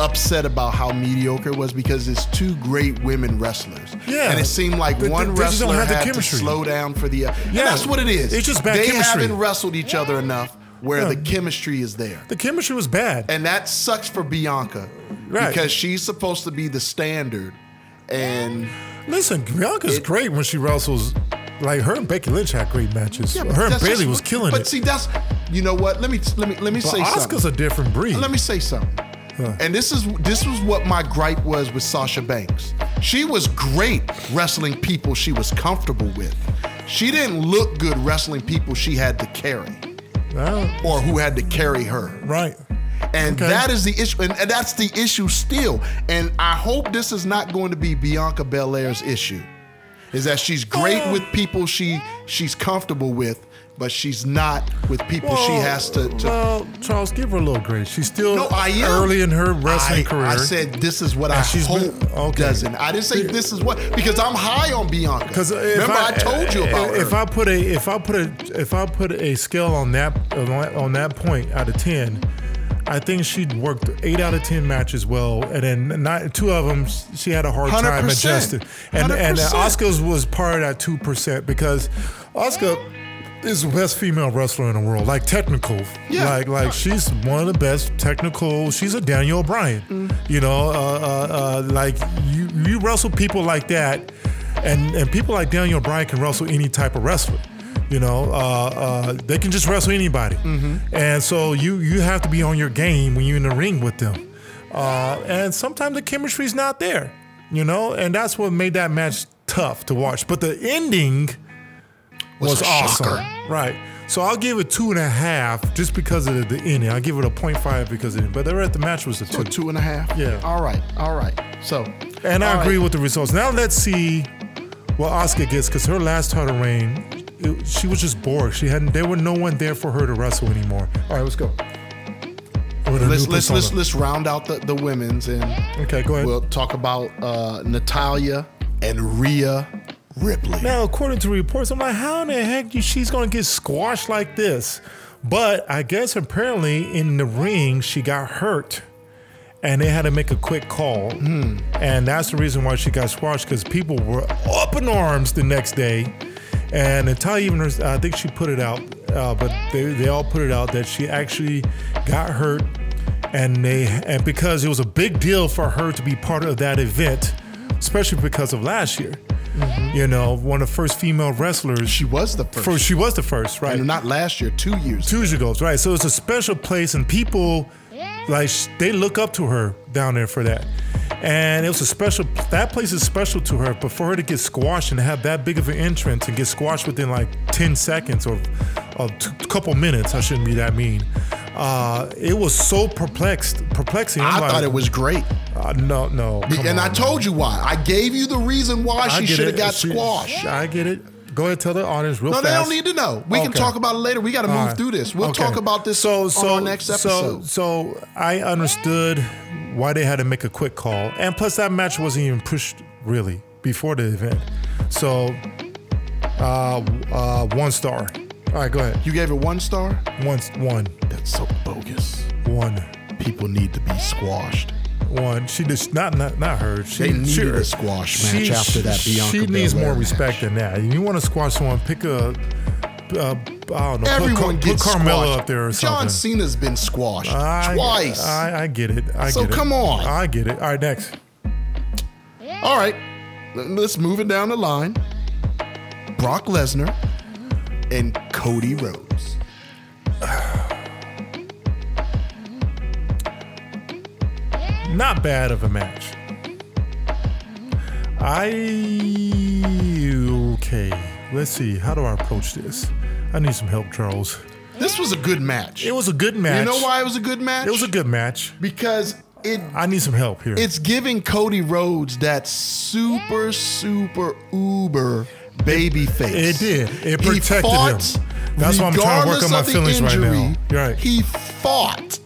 S2: upset about how mediocre it was because it's two great women wrestlers.
S1: Yeah.
S2: and it seemed like
S1: They- they-
S2: one
S1: they just don't
S2: wrestler
S1: have the
S2: had to
S1: chemistry.
S2: slow down for the. Uh, yeah,
S1: Yeah.
S2: that's what it is.
S1: It's just bad
S2: they
S1: chemistry.
S2: haven't wrestled each other enough where
S1: Yeah.
S2: the chemistry is there.
S1: the chemistry was bad.
S2: And that sucks for Bianca
S1: Right.
S2: because she's supposed to be the standard. And
S1: Listen, Bianca's
S2: It-
S1: great when she wrestles. Like her and Becky Lynch had great matches.
S2: yeah, but
S1: her and
S2: that's
S1: Bailey
S2: just-
S1: was killing
S2: but
S1: it.
S2: see, that's you know what? Let me let me let me
S1: but
S2: say
S1: Oscar's
S2: something.
S1: a different breed.
S2: let me say something. And this is this was what my gripe was with Sasha Banks. She was great wrestling people she was comfortable with. She didn't look good wrestling people she had to carry
S1: Ah,
S2: or who had to carry her.
S1: right.
S2: And
S1: Okay.
S2: that is the issue. And, and that's the issue still. And I hope this is not going to be Bianca Belair's issue. Is that she's great
S1: Oh.
S2: with people she she's comfortable with, but she's not with people she
S1: Well,
S2: has to. to
S1: well, Charles, give her a little grace. She's still
S2: no, I am.
S1: early in her wrestling
S2: I-
S1: career.
S2: I said this is what I
S1: she's
S2: hope
S1: been- okay.
S2: doesn't. I didn't say this is what because I'm high on Bianca.
S1: Because
S2: remember I, told you about
S1: if
S2: her.
S1: I put a if I put a if I put a scale on that on that point out of ten, I think she worked eight out of ten matches well, and then not two of them she had a hard time
S2: 100%.
S1: adjusting. And and
S2: 100%.
S1: Oscar's was part of that two percent because Oscar is the best female wrestler in the world, like technical,
S2: Yeah.
S1: like like she's one of the best technical. She's a Daniel Bryan, you know, uh, uh, uh, like you you wrestle people like that and and people like Daniel Bryan can wrestle any type of wrestler. You know, uh, uh, they can just wrestle anybody, and so you you have to be on your game when you're in the ring with them. Uh, and sometimes the chemistry's not there, you know, and that's what made that match tough to watch. But the ending
S2: Was
S1: was
S2: a
S1: awesome,
S2: shocker.
S1: right? So I'll give it two and a half just because of the, the ending. I'll give it a point five because of it, but the rest of the match was a two.
S2: Or two and a half.
S1: Yeah.
S2: All right. All right. So.
S1: And I
S2: all
S1: agree
S2: right.
S1: with the results. Now let's see what Oscar gets because her last title reign, it, she was just bored. She hadn't. There were no one there for her to wrestle anymore. All right, let's go. With her
S2: Let's
S1: new
S2: let's let's
S1: persona.
S2: let's round out the, the women's and
S1: Okay, go ahead.
S2: we'll talk about uh, Natalia and Rhea Ripley.
S1: now, according to reports, I'm like, how in the heck you, she's gonna get squashed like this? But I guess apparently in the ring she got hurt. And they had to make a quick call. And that's the reason why she got squashed because people were up in arms the next day. And Natalia, even, her- I think she put it out, uh, but they, they all put it out that she actually got hurt. And they, and because it was a big deal for her to be part of that event, especially because of last year. You know, one of the first female wrestlers.
S2: Mm-hmm. She was the first.
S1: first, she was the first, right?
S2: And not last year, two years.
S1: two years ago, right? So it's a special place, and people like sh- they look up to her down there for that. And it was a special. That place is special to her. But for her to get squashed and have that big of an entrance and get squashed within like ten seconds or a couple minutes, I shouldn't be that mean. Uh, it was so perplexed, perplexing. I'm
S2: I
S1: like,
S2: thought it was great.
S1: uh, no, no. come
S2: and I
S1: on.
S2: told you why. I gave you the reason
S1: I
S2: why she
S1: get
S2: should
S1: it.
S2: have got
S1: She-
S2: squashed.
S1: I get it. Go ahead, tell the audience real
S2: No,
S1: fast.
S2: they don't need to know. We can
S1: Okay.
S2: talk about it later. We got to move
S1: All right.
S2: through this. We'll
S1: Okay.
S2: talk about this on our next episode.
S1: So, so I understood why they had to make a quick call, and plus that match wasn't even pushed really before the event. So, uh, uh, one star. All right, go ahead.
S2: you gave it one star?
S1: One, one,
S2: That's so bogus.
S1: one,
S2: People need to be squashed.
S1: one. She just not not not her. She,
S2: They needed
S1: she,
S2: a squash match after that Bianca
S1: She needs
S2: Belair
S1: more
S2: match.
S1: respect than that. You want to squash someone? Pick a. Uh, I don't know. put Car-
S2: Everyone
S1: put,
S2: gets
S1: Carmella
S2: squashed.
S1: up there or something.
S2: John Cena's been squashed
S1: I,
S2: twice.
S1: I, I get it. I
S2: So
S1: get it.
S2: come on.
S1: I get it. All right, next.
S2: All right, let- let's move it down the line. Brock Lesnar and Cody Rhodes.
S1: Not bad of a match. I okay. Let's see. How do I approach this? I need some help, Charles.
S2: This was a good match.
S1: It was a good match.
S2: You know why it was a good match?
S1: It was a good match.
S2: because it
S1: I need some help here.
S2: it's giving Cody Rhodes that super super uber baby face.
S1: It did. It
S2: He
S1: protected
S2: fought
S1: him. That's why I'm trying to work on
S2: regardless
S1: my
S2: of the
S1: feelings right now.
S2: injury.
S1: You're right.
S2: He fought.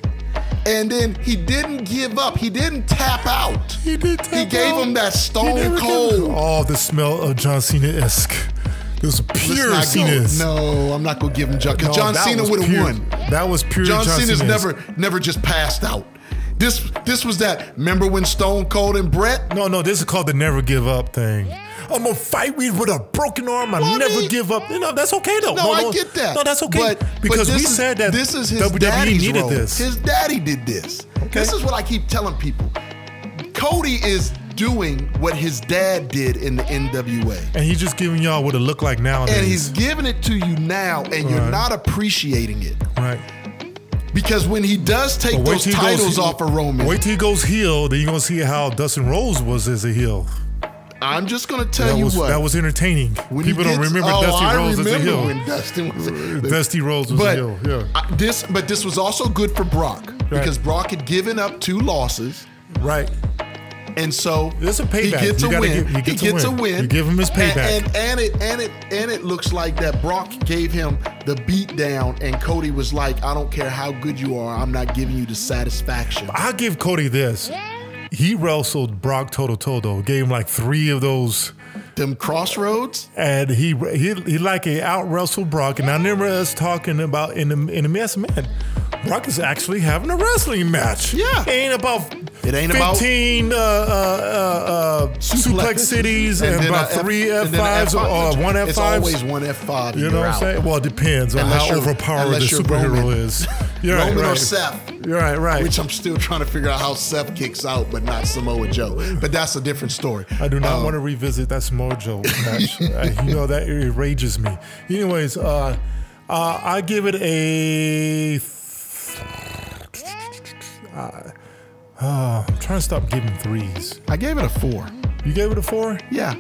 S2: And then he didn't give up. He didn't tap out.
S1: He did
S2: He
S1: tap
S2: gave
S1: out.
S2: him that
S1: He never
S2: stone
S1: did-
S2: cold.
S1: Oh, the smell of John Cena esque. This pure
S2: Let's not
S1: Cena.
S2: go- No, I'm not gonna give him John. Because John Cena would have won.
S1: That was pure
S2: John, Cena's
S1: Cena-esque.
S2: never never just passed out. This this was that. Remember when Stone Cold and Brett?
S1: No, no, this is called the never give up thing. I'm gonna fight with with a broken arm. I
S2: Well, I
S1: never
S2: mean-
S1: give up. No, that's okay though.
S2: No, I get that.
S1: No, that's okay.
S2: But- but
S1: because
S2: this
S1: we
S2: is-
S1: said that
S2: this is his
S1: WWE
S2: daddy's
S1: needed
S2: role.
S1: this.
S2: His daddy did this. This is what I keep telling people. Cody is doing what his dad did in the NWA.
S1: and he's just giving y'all what it look like nowadays.
S2: And he's giving it to you now, and you're
S1: Right.
S2: not appreciating it.
S1: right.
S2: Because when he does take
S1: But
S2: those
S1: till he
S2: titles
S1: goes,
S2: off of Roman,
S1: Wait till he goes heel, then you're gonna see how Dustin Rose was as a heel.
S2: I'm just gonna tell
S1: That
S2: you
S1: was
S2: what.
S1: that was entertaining.
S2: when he
S1: People don't
S2: gets-
S1: remember
S2: oh,
S1: Dusty
S2: I
S1: Rose as a
S2: remember
S1: heel.
S2: When Dustin was,
S1: Dusty Rhodes was
S2: but
S1: a heel. Yeah.
S2: I- this, but this was also good for Brock because Brock had given up two losses.
S1: right.
S2: And so
S1: It's a payback.
S2: He gets
S1: You
S2: a
S1: gotta
S2: win.
S1: give- you
S2: he
S1: get to
S2: gets a
S1: win.
S2: win.
S1: You give him his payback.
S2: And, and, and it and it and it looks like that Brock gave him the beat down, and Cody was like, "I don't care how good you are, I'm not giving you the satisfaction."
S1: I'll give Cody this. He wrestled Brock Toto Toto, gave him like three of those
S2: Them crossroads.
S1: and he he he like a out wrestled Brock. And I remember us talking about in the in the mess man. Brock is actually having a wrestling match.
S2: Yeah.
S1: It ain't about
S2: It ain't about-
S1: 15 uh, uh, uh, uh, suplex cities and,
S2: then
S1: about
S2: a F-
S1: three
S2: and then a
S1: F5s
S2: F5.
S1: or one
S2: It's always
S1: F5s.
S2: one F5.
S1: You know what I'm saying? Well, it depends on
S2: Unless
S1: how
S2: you're-
S1: overpowered the
S2: unless you're
S1: superhero
S2: Roman.
S1: is. You're
S2: Roman
S1: right,
S2: or
S1: right.
S2: Seth.
S1: You're right, right.
S2: Which I'm still trying to figure out how Seth kicks out, but not Samoa Joe. But that's a different story.
S1: I do
S2: Oh.
S1: not want to revisit that Smojo match. Uh, you know that it rages me. Anyways, uh, uh, I give it a. Uh, I'm trying to stop giving threes.
S2: I gave it a four.
S1: You gave it a four.
S2: Yeah,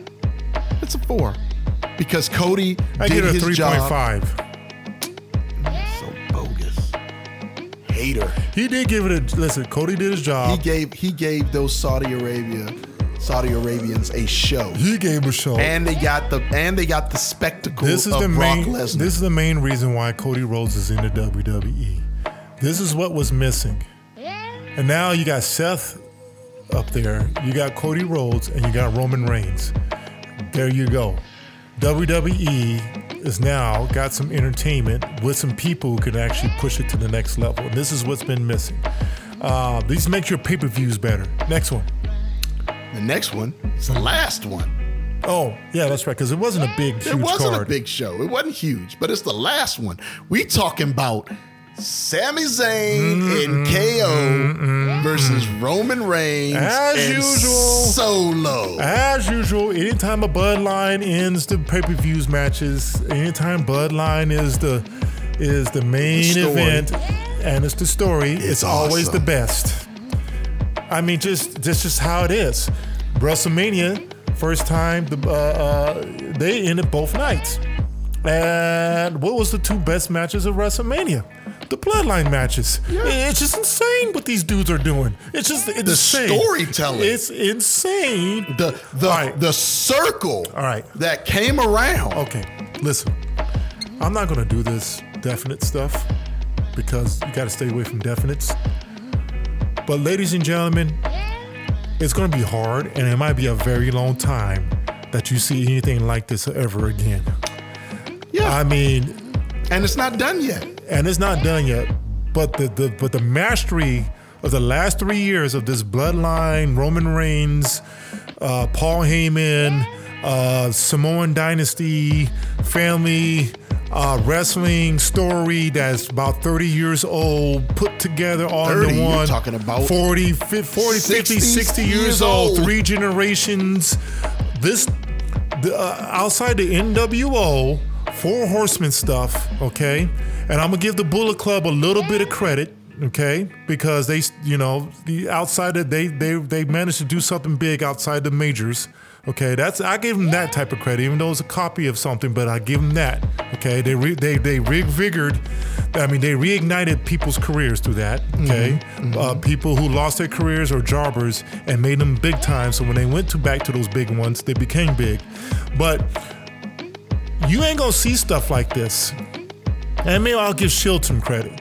S2: it's a four because Cody
S1: I
S2: did
S1: give it a
S2: his
S1: three point
S2: job.
S1: five.
S2: So bogus, hater.
S1: He did give it a listen. Cody did his
S2: He
S1: job.
S2: gave he gave those Saudi Arabia Saudi Arabians a show,
S1: He, gave a show.
S2: and they got the and they got the spectacle
S1: this is
S2: of
S1: the
S2: Brock
S1: main.
S2: Lesnar.
S1: This is the main reason why Cody Rhodes is in the WWE. This is what was missing. And now you got Seth up there, you got Cody Rhodes, and you got Roman Reigns. There you go. WWE is now got some entertainment with some people who can actually push it to the next level. And this is what's been missing. Uh, these make your pay per views better. Next one.
S2: the next one is the last one.
S1: Oh, yeah, that's right. Because it wasn't a big, huge
S2: it wasn't
S1: card.
S2: a big show. It wasn't huge, but it's the last one. We talking about Sami Zayn
S1: Mm-hmm,
S2: and KO versus Roman Reigns
S1: As
S2: and
S1: usual.
S2: Solo.
S1: As usual, anytime a Budline ends the pay-per-views matches, anytime Budline is the is the main
S2: The story.
S1: event and it's the story, it's, always
S2: awesome.
S1: the best. I mean, just that's just how it is. WrestleMania, first time the uh, uh, they ended both nights. And what was the two best matches of WrestleMania? The bloodline matches. It- It's just insane what these dudes are doing. It's just it's insane.
S2: storytelling.
S1: It's insane.
S2: the the
S1: All right.
S2: the circle
S1: All right. Oh,
S2: that came around.
S1: Okay, listen. I'm not gonna do this definite stuff because you gotta stay away from definites. But ladies and gentlemen, it's gonna be hard and it might be a very long time that you see anything like this ever again.
S2: Yeah,
S1: I mean,
S2: and it's not done yet.
S1: and it's not done yet. But the, the but the mastery of the last three years of this bloodline, Roman Reigns, uh, Paul Heyman, uh, Samoan Dynasty, family, uh, wrestling story that's about 30 years old, put together all
S2: 30?
S1: in
S2: You're
S1: one.
S2: talking about
S1: 40, fif- 40 50,
S2: 60,
S1: 60 years,
S2: years
S1: old,
S2: old.
S1: three generations. This the, uh, outside the NWO, Four Horsemen stuff, okay? And I'm gonna give the Bullet Club a little bit of credit, okay? Because they, you know, the outside of they they they managed to do something big outside the majors. Okay, that's I give them that type of credit, even though it's a copy of something, but I give them that. Okay, they re, they they revigored, I mean they reignited people's careers through that. Okay, Uh, people who lost their careers or jobbers and made them big time. So when they went to back to those big ones, they became big. But you ain't gonna see stuff like this. And maybe I'll give Shield some credit.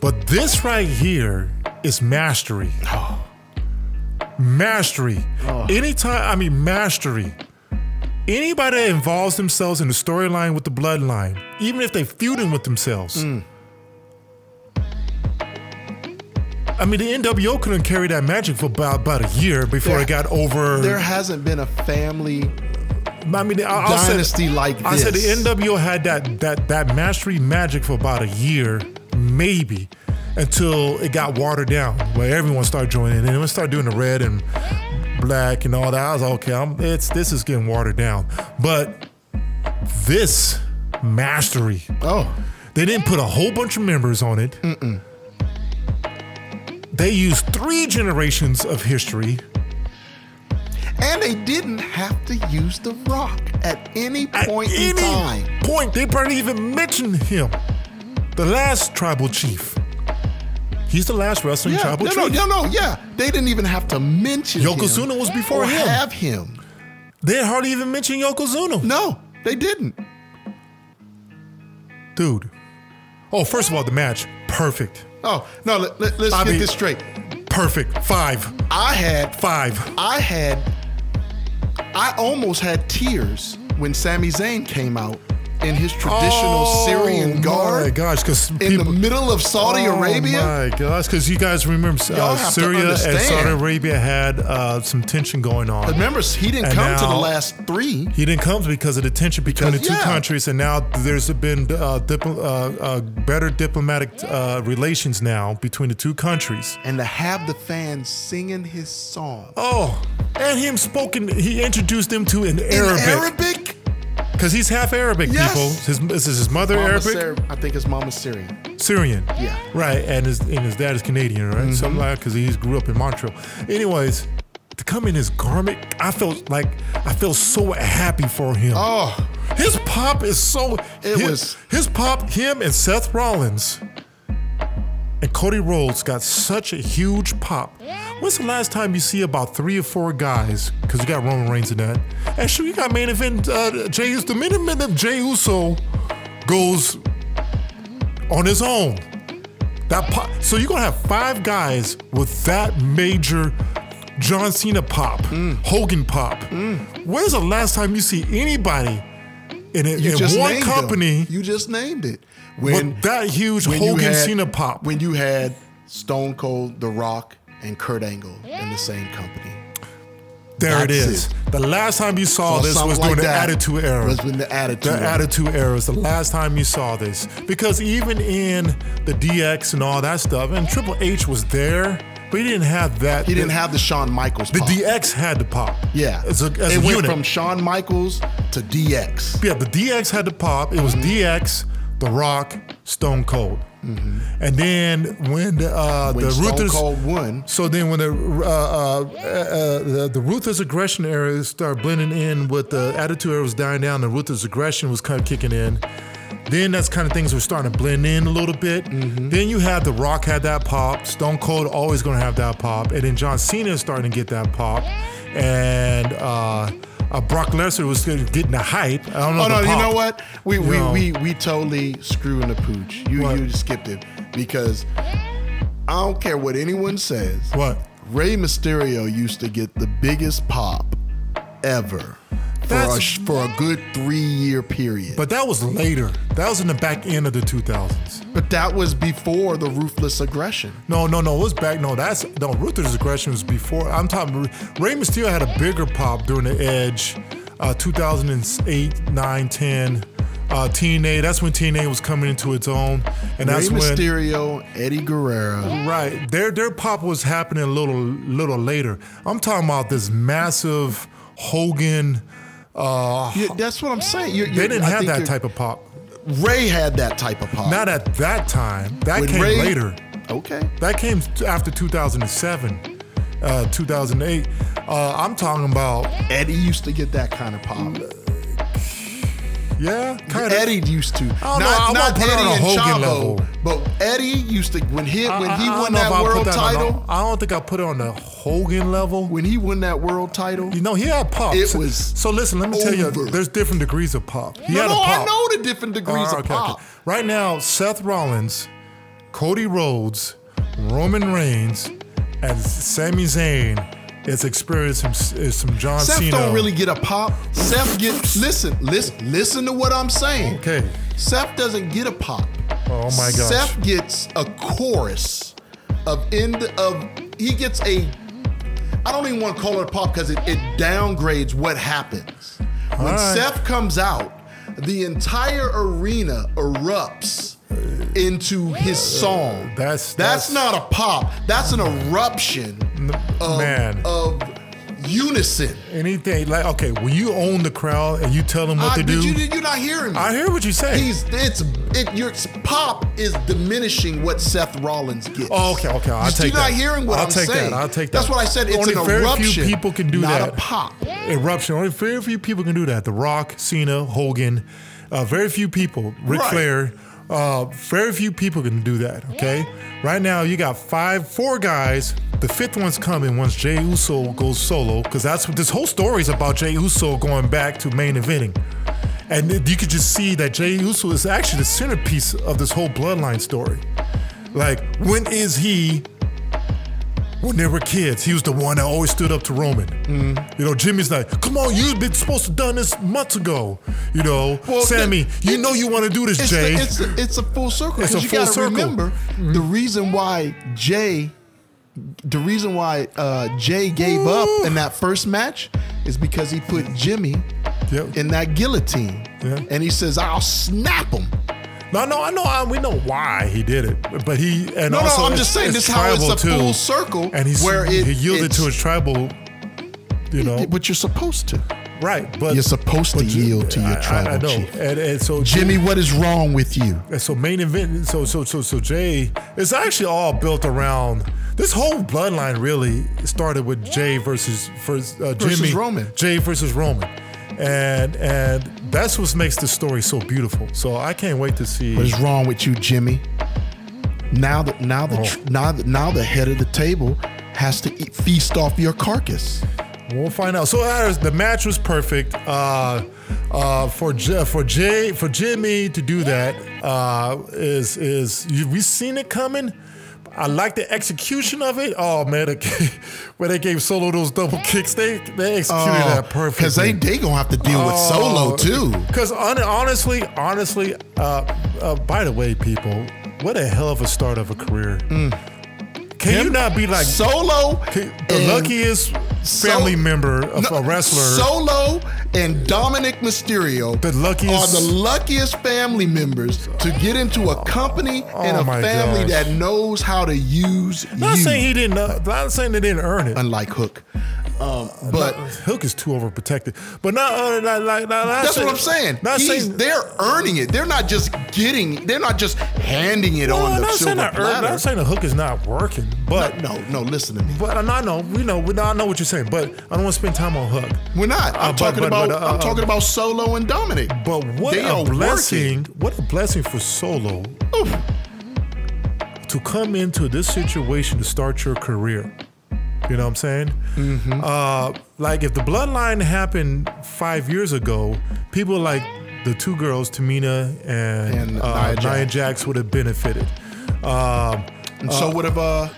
S1: But this right here is mastery. Mastery. Anytime, I mean, mastery. Anybody that involves themselves in the storyline with the bloodline, even if they feuding with themselves. I mean, the NWO couldn't carry that magic for about, about a year before
S2: There-
S1: it got over.
S2: There hasn't been a family
S1: I mean, I, I'll say-
S2: Dynasty like
S1: I said the
S2: this.
S1: NWO had that that that mastery magic for about a year, maybe, until it got watered down, where everyone started joining in. and we started doing the red and black and all that. I was like, okay, I'm, it's this is getting watered down, but this mastery,
S2: Oh,
S1: they didn't put a whole bunch of members on it. They used three generations of history.
S2: and they didn't have to use the rock at any
S1: At
S2: point
S1: any
S2: in time.
S1: point, they barely even mentioned him. The last tribal chief. He's the last wrestling
S2: Yeah,
S1: tribal
S2: no, no,
S1: chief.
S2: no, no, yeah. They didn't even have to mention
S1: Yokozuna
S2: him
S1: was before
S2: or
S1: him.
S2: Have him?
S1: They hardly even mentioned Yokozuna.
S2: No, they didn't.
S1: Dude. Oh, first of all, the match. Perfect.
S2: Oh no, let, let, us
S1: I
S2: get
S1: mean-
S2: this straight.
S1: Perfect. Five.
S2: I had
S1: Five.
S2: I had, I almost had tears when Sami Zayn came out in his traditional
S1: Oh,
S2: Syrian
S1: My
S2: guard
S1: gosh, because
S2: in the middle of Saudi Arabia.
S1: Oh my gosh, because you guys remember
S2: Y'all
S1: uh,
S2: have to
S1: Syria and
S2: understand.
S1: Saudi Arabia had uh, some tension going on.
S2: Remember, he didn't
S1: And
S2: come to the
S1: now-
S2: last three.
S1: He didn't come because of the tension between
S2: Because-
S1: the two
S2: yeah.
S1: countries, and now there's been uh, dipl- uh, uh, better diplomatic uh, relations now between the two countries.
S2: And to have the fans singing his song
S1: Oh, and him spoken. He introduced them to an
S2: in
S1: Arabic
S2: Arabic.
S1: because he's half Arabic.
S2: Yes.
S1: People, his this is his mother
S2: Mama
S1: Arabic,
S2: Sar- I think his mama's Syrian.
S1: Syrian.
S2: Yeah. Mm-hmm.
S1: right. And his and his dad is Canadian, right? Something like because he grew up in Montreal. Anyways, to come in his garment, I felt like I feel so happy for him.
S2: Oh,
S1: His pop is so.
S2: It
S1: his,
S2: was-
S1: his pop. Him and Seth Rollins and Cody Rhodes got such a huge pop. When's the last time you see about three or four guys? Because you got Roman Reigns in that, and sure you got main event uh, Jey Uso. The minute minute Jey Uso goes on his own, that pop. So you're gonna have five guys with that major John Cena pop,
S2: Mm.
S1: Hogan pop. When's the last time you see anybody in, a,
S2: you
S1: in
S2: just
S1: one
S2: named them.
S1: company
S2: You just named it.
S1: with that huge
S2: when you
S1: Hogan
S2: had-
S1: Cena pop?
S2: When you had Stone Cold, The Rock, and Kurt Angle in the same company.
S1: there it
S2: that's
S1: is.
S2: it.
S1: The last time you saw
S2: Or
S1: this
S2: something
S1: was during
S2: like
S1: the
S2: that.
S1: Attitude Era.
S2: Was when the Attitude
S1: The
S2: Era.
S1: Attitude Era is the last time you saw this because even in the DX and all that stuff, and Triple H was there, but he didn't have that.
S2: He didn't have the Shawn Michaels.
S1: the
S2: pop.
S1: DX had the pop.
S2: Yeah.
S1: as a, as a
S2: it went
S1: unit.
S2: from Shawn Michaels to DX.
S1: Yeah, the DX had the pop. It was
S2: Mm-hmm.
S1: DX, The Rock, Stone Cold, and then when the, uh,
S2: Mm-hmm. When
S1: the
S2: Stone
S1: Ruthless,
S2: Cold won.
S1: so then when the uh, uh, uh, uh, the, the Ruthless Aggression era started blending in with the Attitude era was dying down, the Ruthless Aggression was kind of kicking in. Then that's kind of things were starting to blend in a little bit.
S2: Mm-hmm.
S1: Then you had The Rock had that pop, Stone Cold always going to have that pop, and then John Cena is starting to get that pop, and uh, uh, Brock Lesnar was getting the hype. I don't know.
S2: Oh no!
S1: the
S2: You
S1: pop.
S2: know what? We we,
S1: No.
S2: we we totally screwing the pooch. You
S1: What?
S2: you skipped it because I don't care what anyone says.
S1: What?
S2: Rey Mysterio used to get the biggest pop ever for a,
S1: That's-
S2: sh- for a good three year period.
S1: But that was later. That was in the back end of the 2000s.
S2: but that was before the ruthless aggression.
S1: No, no, no. It was back. No, that's no. Ruthless aggression was before. I'm talking. Rey Mysterio had a bigger pop during the Edge, uh, 2008, 9, 10. Uh, TNA. That's when TNA was coming into its own, and that's
S2: Rey
S1: when.
S2: Mysterio, Eddie Guerrero.
S1: Right. Their their pop was happening a little little later. I'm talking about this massive Hogan. Uh,
S2: Yeah, that's what I'm saying. You're,
S1: they
S2: you're-
S1: didn't
S2: I
S1: have
S2: think
S1: that
S2: you're-
S1: type of pop.
S2: Ray had that type of pop.
S1: Not at that time. That
S2: When
S1: came
S2: Ray-
S1: later.
S2: Okay.
S1: That came t- after 2007, uh, 2008. Uh, I'm talking about,
S2: Eddie used to get that kind of pop.
S1: yeah, Mm, kind of.
S2: Eddie used to.
S1: don't know, I
S2: Not,
S1: won't
S2: not
S1: put it
S2: Eddie
S1: on a
S2: and Chavo,
S1: Hogan level.
S2: but Eddie used to when he when he
S1: know if
S2: won that
S1: I'll put
S2: world
S1: that on a-
S2: title.
S1: I don't think I put it on the Hogan level.
S2: When he won that world title.
S1: You know, he had pop.
S2: It
S1: so,
S2: was
S1: So listen, let me tell you,
S2: over.
S1: there's different degrees of pop. He
S2: no,
S1: had a
S2: no,
S1: pop.
S2: I know the different degrees
S1: Ah,
S2: of
S1: okay, okay.
S2: pop.
S1: Right now, Seth Rollins, Cody Rhodes, Roman Reigns, and Sami Zayn is experiencing s- is some John
S2: Seth
S1: Cena.
S2: don't really get a pop. Seth get listen, listen, listen to what I'm saying.
S1: Okay.
S2: Seth doesn't get a pop.
S1: Oh my gosh.
S2: Seth gets a chorus of end of he gets a I don't even want to call it a pop because it, it downgrades what happens. When
S1: Alright.
S2: Seth comes out, the entire arena erupts into his song.
S1: that's-
S2: that's
S1: that's-
S2: not a pop. That's an eruption of,
S1: man.
S2: of unison.
S1: anything like okay when you own the crowd and you tell them what
S2: I,
S1: to
S2: did
S1: do
S2: you did you not hear me?
S1: i hear what you say
S2: He's it's it your pop is diminishing what Seth Rollins gets.
S1: Oh, okay, okay, I'll
S2: you,
S1: take
S2: You're not
S1: that.
S2: hearing what
S1: I'll
S2: am
S1: take that,
S2: saying.
S1: I'll take
S2: That's
S1: that.
S2: what I said. It's
S1: Only
S2: an
S1: very few
S2: eruption.
S1: people can do
S2: not
S1: that.
S2: a pop.
S1: eruption only very few people can do that the rock cena hogan uh, very few people Ric
S2: Right.
S1: flair uh, very few people can do that okay right now you got five four guys the fifth one's coming once Jey Uso goes solo, because that's what this whole story is about. Jey Uso going back to main eventing, and you could just see that Jey Uso is actually the centerpiece of this whole bloodline story. Like, when is he when they were kids, he was the one that always stood up to Roman.
S2: Mm-hmm.
S1: You know, Jimmy's like, come on, you've been supposed to done this months ago. You know,
S2: Well, the-
S1: Sammy, you know you want to do this,
S2: It's,
S1: Jay.
S2: the, it's, the, it's a full circle.
S1: It's a
S2: Because you
S1: full
S2: got to
S1: circle. Mm-hmm.
S2: remember the reason why Jay, the reason why uh, Jay gave
S1: Ooh.
S2: up in that first match is because he put Jimmy
S1: Yep.
S2: in that guillotine,
S1: Yeah.
S2: and he says, "I'll snap him."
S1: no, no, I know, I, we know why he did it, but he and
S2: No,
S1: also
S2: no, I'm
S1: it's-
S2: just saying
S1: it's
S2: this how it's
S1: tribal,
S2: a full
S1: too.
S2: circle,
S1: and he's
S2: where it
S1: he yielded
S2: it's-
S1: to his tribal. You know,
S2: But you're supposed to.
S1: right? But
S2: You're supposed to
S1: but you-
S2: yield to your
S1: I- I-
S2: tribal
S1: I know,
S2: chief.
S1: and, and so
S2: Jimmy, what is wrong with you?
S1: And so main event, so so so so Jay, it's actually all built around this whole bloodline. Really started with Jay versus versus uh, Jimmy
S2: Versus Roman.
S1: Jay versus Roman, and and that's what makes the story so beautiful. So I can't wait to see.
S2: What is wrong with you, Jimmy? Now that now the
S1: Oh.
S2: tr- now the, now the head of the table has to eat, feast off your carcass.
S1: We'll find out. So uh, the match was perfect. Uh, uh, for J- for Jay for Jimmy to do that uh, is is you, we seen it coming. I like the execution of it. Oh man, the, where they gave Solo those double kicks, they they executed that Oh. perfectly.
S2: Because Oh, they they gonna have to deal with Solo too.
S1: Because honestly, honestly, uh, uh, by the way, people, what a hell of a start of a career. Can you
S2: Mm. Him-
S1: not be like
S2: Solo,
S1: the
S2: and-
S1: luckiest family
S2: Sol-
S1: member of
S2: No,
S1: a wrestler?
S2: Solo and Dominic Mysterio
S1: The luckiest-
S2: are the luckiest family members to get into a company and
S1: Oh
S2: a
S1: my
S2: family
S1: gosh.
S2: that knows how to use
S1: Not
S2: you.
S1: saying he didn't. Uh, not saying they didn't earn it.
S2: unlike Hook, um, but.
S1: Hook is too overprotected. But not. Uh, not, not, not
S2: That's what I'm saying.
S1: Not
S2: He's-
S1: saying.
S2: they're earning it. They're not just getting. They're not just handing it
S1: no,
S2: on
S1: I'm
S2: the
S1: not saying,
S2: silver
S1: I earned,
S2: platter.
S1: not saying the hook is not working. But
S2: no, no. Listen to me.
S1: But I know. We know. We know. I know what you're saying. But I don't want to spend time on hook.
S2: We're not. I'm
S1: Uh, but-
S2: talking
S1: but-
S2: about.
S1: but, uh,
S2: I'm talking about Solo and Dominic.
S1: But what
S2: They
S1: a
S2: are
S1: blessing! What a blessing for Solo
S2: Oof.
S1: to come into this situation to start your career. You know what I'm saying?
S2: Mm-hmm.
S1: Uh, like if the bloodline happened five years ago, people like the two girls, Tamina and,
S2: And
S1: uh,
S2: Nia
S1: Nia,
S2: Jax.
S1: Jax. would have benefited. Um
S2: And so would have uh,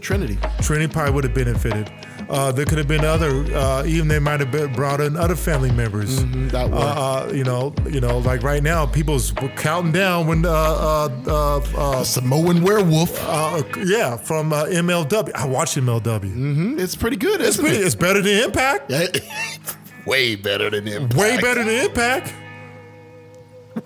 S2: Trinity.
S1: Trinity probably would have benefited. Uh, there could have been other, uh, even they might have been brought in other family members.
S2: that
S1: uh,
S2: would.
S1: uh, you know, you know, like right now, people's counting down when, uh, uh, uh, uh,
S2: A Samoan werewolf.
S1: uh, yeah, from uh, MLW. I watched MLW.
S2: Hmm, It's pretty good,
S1: It's
S2: isn't
S1: pretty, it's better than Impact.
S2: it? Way better than him.
S1: Way better than Impact.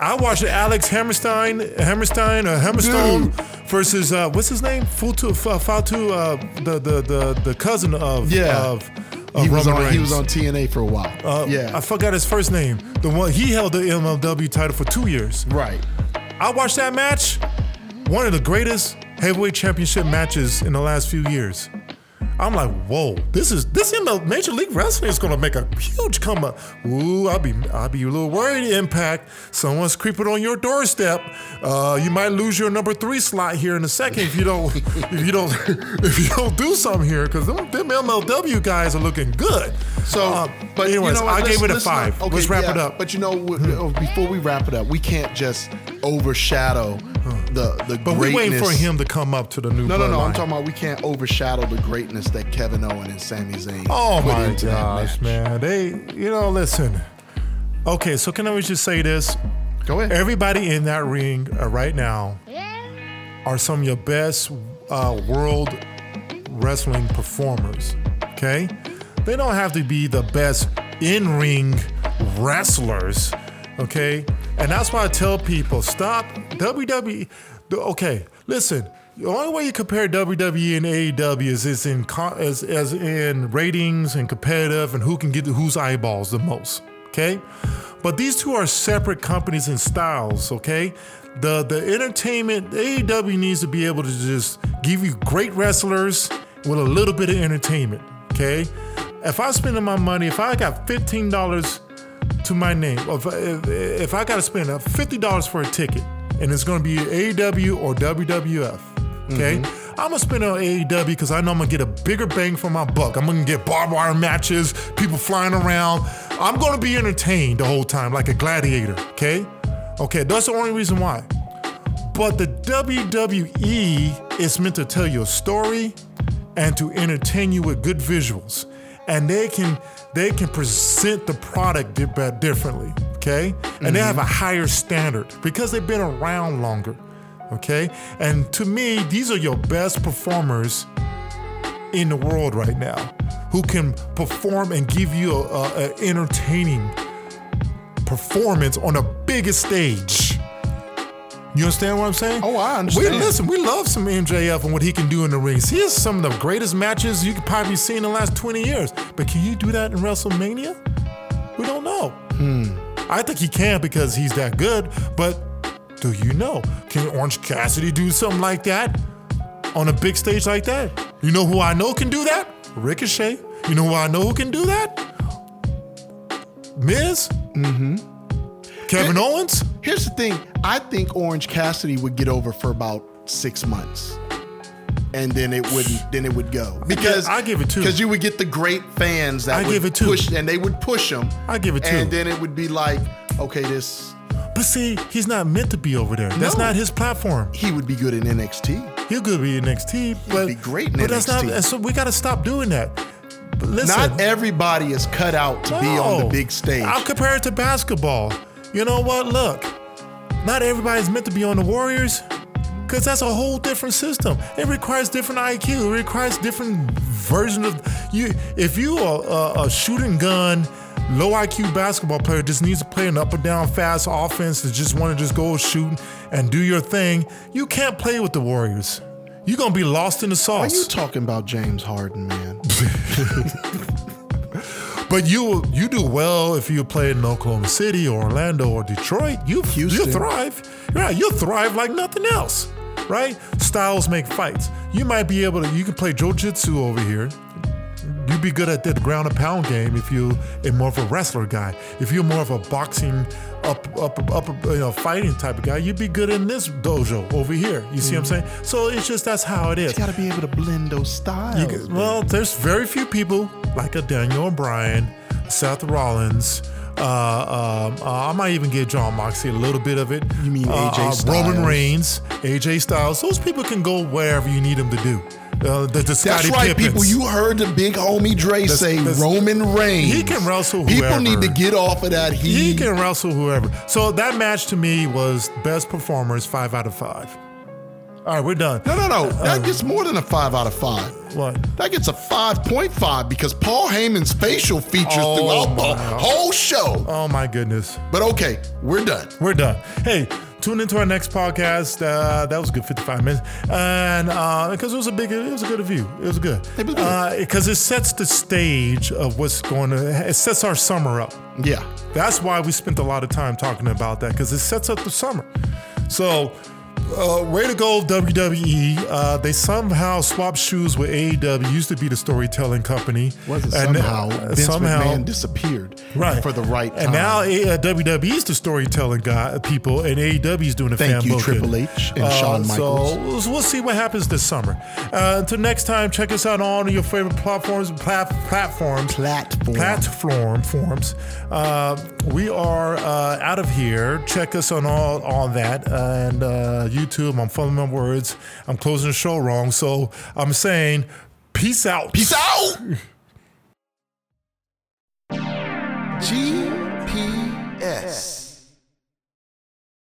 S1: I watched Alex Hammerstein, Hammerstein or Hammerstone versus uh, what's his name? Futu, F- Fatu, uh, the, the the the cousin of
S2: Yeah.
S1: of, of
S2: He
S1: Roman
S2: was, on,
S1: Reigns.
S2: he was on TNA for a while.
S1: Uh,
S2: yeah.
S1: I forgot his first name. The one he held the MLW title for two years.
S2: right.
S1: I watched that match. One of the greatest heavyweight championship matches in the last few years. I'm like, whoa, this is this in the Major League Wrestling is gonna make a huge come up. Ooh, I'll be I'll be a little worried. Impact. Someone's creeping on your doorstep. Uh, you might lose your number three slot here in a second if you don't if you don't if you don't do something here because them, them MLW guys are looking good.
S2: So,
S1: Uh,
S2: but you
S1: anyways,
S2: know what,
S1: I
S2: let's-
S1: gave it a
S2: let's not-
S1: five.
S2: okay,
S1: Let's wrap
S2: yeah,
S1: it up.
S2: But you know, we- uh, before we wrap it up, we can't just overshadow the the
S1: But we're waiting for
S2: greatness-
S1: him to come up to the new.
S2: No, no, no. I'm
S1: bloodline.
S2: talking about we can't overshadow the greatness that Kevin Owen and Sami Zayn
S1: Oh
S2: put
S1: my
S2: into
S1: gosh,
S2: that match.
S1: man. They, you know, listen. Okay, so can I just say this?
S2: Go ahead.
S1: Everybody in that ring uh, right now are some of your best uh, world wrestling performers, okay? They don't have to be the best in ring wrestlers, okay? And that's why I tell people stop WWE. the- Okay, listen. The only way you compare WWE and AEW is, is in co- as, as in ratings and competitive and who can get whose eyeballs the most. Okay, but these two are separate companies and styles. Okay, the the entertainment AEW needs to be able to just give you great wrestlers with a little bit of entertainment. Okay, if I'm spending my money, if I got fifteen dollars to my name, if if, if I got to spend uh, fifty dollars for a ticket, and it's going to be AEW or WWF. Okay, I'm gonna spend it on AEW because I know I'm gonna get a bigger bang for my buck. I'm gonna get barbed wire matches, people flying around. I'm gonna be entertained the whole time, like a gladiator. Okay, okay, that's the only reason why. But the WWE is meant to tell you a story and to entertain you with good visuals. And they can they can present the product di- uh, differently, okay? And they have a higher standard because they've been around longer, okay? And to me, these are your best performers in the world right now who can perform and give you a, a, a entertaining performance on the biggest stage. You understand what I'm saying?
S2: Oh, I understand.
S1: We listen. We love some MJF and what he can do in the rings. He has some of the greatest matches you could probably see in the last 20 years. But can he do that in WrestleMania? We don't know.
S2: Hmm.
S1: I think he can because he's that good. But do you know? Can Orange Cassidy do something like that? on a big stage like that. You know who I know can do that? Ricochet. You know who I know who can do that? Miz. Mm-hmm.
S2: Mm-hmm.
S1: Kevin
S2: It-
S1: Owens.
S2: Here's the thing. I think Orange Cassidy would get over for about six months. And then it wouldn't. Then it would go because
S1: I give it two.
S2: Because you would get the great fans that
S1: I
S2: would
S1: give it two.
S2: push, and they would push him.
S1: I give it two.
S2: And then it would be like, okay, this
S1: But see, he's not meant to be over there. That's
S2: No.
S1: not his platform.
S2: he would be good in NXT.
S1: He could be in NXT, but
S2: be great in
S1: but that's not.
S2: NXT.
S1: and So we got to stop doing that. But Listen,
S2: Not everybody is cut out to be on the
S1: No.
S2: big stage.
S1: I'll compare it to basketball. You know what? Look, not everybody's meant to be on the Warriors because that's a whole different system. It requires different IQ. It requires different version of you. If you are a, a shooting gun, low IQ basketball player just needs to play an up and down fast offense that just want to just go shooting and do your thing, you can't play with the Warriors. You're gonna be lost in the
S2: Are
S1: sauce.
S2: you talking about James Harden, man?
S1: But you you do well if you play in Oklahoma City or Orlando or Detroit. You you
S2: Houston.
S1: thrive. Yeah, you thrive like nothing else, right? Styles make fights. You might be able to. You can play jiu-jitsu over here. You'd be good at that ground and pound game if you are more of a wrestler guy. If you're more of a boxing, up up up you know fighting type of guy, you'd be good in this dojo over here. You see what I'm saying? So it's just Mm-hmm. that's how it is.
S2: You gotta be able to blend those styles.
S1: You could-
S2: man.
S1: well, there's very few people like a Daniel O'Brien, Seth Rollins. Uh, um, uh, I might even give John Moxley a little bit of it.
S2: You mean
S1: Uh,
S2: AJ
S1: uh, Roman
S2: Styles.
S1: Reigns, AJ Styles. Those people can go wherever you need them to do. Uh, the, the
S2: That's
S1: Scottie
S2: right, people.
S1: Pippins.
S2: You heard the big homie Dre say
S1: that's-
S2: Roman Reigns.
S1: He can wrestle
S2: People need
S1: whoever.
S2: to get off of that. He,
S1: he can wrestle whoever. So that match to me was best performers five out of five. All right, we're done.
S2: No, no, no.
S1: Uh-uh.
S2: That gets more than a five out of five.
S1: What?
S2: That gets a 5.5 because Paul Heyman's facial features
S1: Oh,
S2: throughout the
S1: my.
S2: whole show.
S1: Oh my goodness.
S2: But okay, we're done.
S1: We're done. Hey, tune into our next podcast. Uh, that was a good 55 minutes, and uh, because it was a big, it was a good review. It was good
S2: It was
S1: because
S2: good.
S1: it sets the stage of what's going to. It sets our summer up.
S2: Yeah.
S1: That's why we spent a lot of time talking about that because it sets up the summer. So, uh, way to go, WWE. Uh, they somehow swapped shoes with AEW. Used to be the storytelling company.
S2: Wasn't
S1: And, uh,
S2: somehow Vince
S1: somehow-
S2: McMahon disappeared
S1: right
S2: for the right time.
S1: And now A- uh, WWE's the storytelling guy people, and E AEW's doing the
S2: Thank
S1: fan
S2: you,
S1: booking.
S2: Triple H and Shawn Michaels.
S1: Uh, So we'll- we'll see what happens this summer. Uh, until next time, check us out on your favorite platforms, plat- platforms,
S2: Platform.
S1: platform forms. Uh, we are uh, out of here. Check us on all on that and uh, YouTube. I'm following my words. I'm closing the show wrong, so I'm saying peace out.
S2: Peace out. GPS.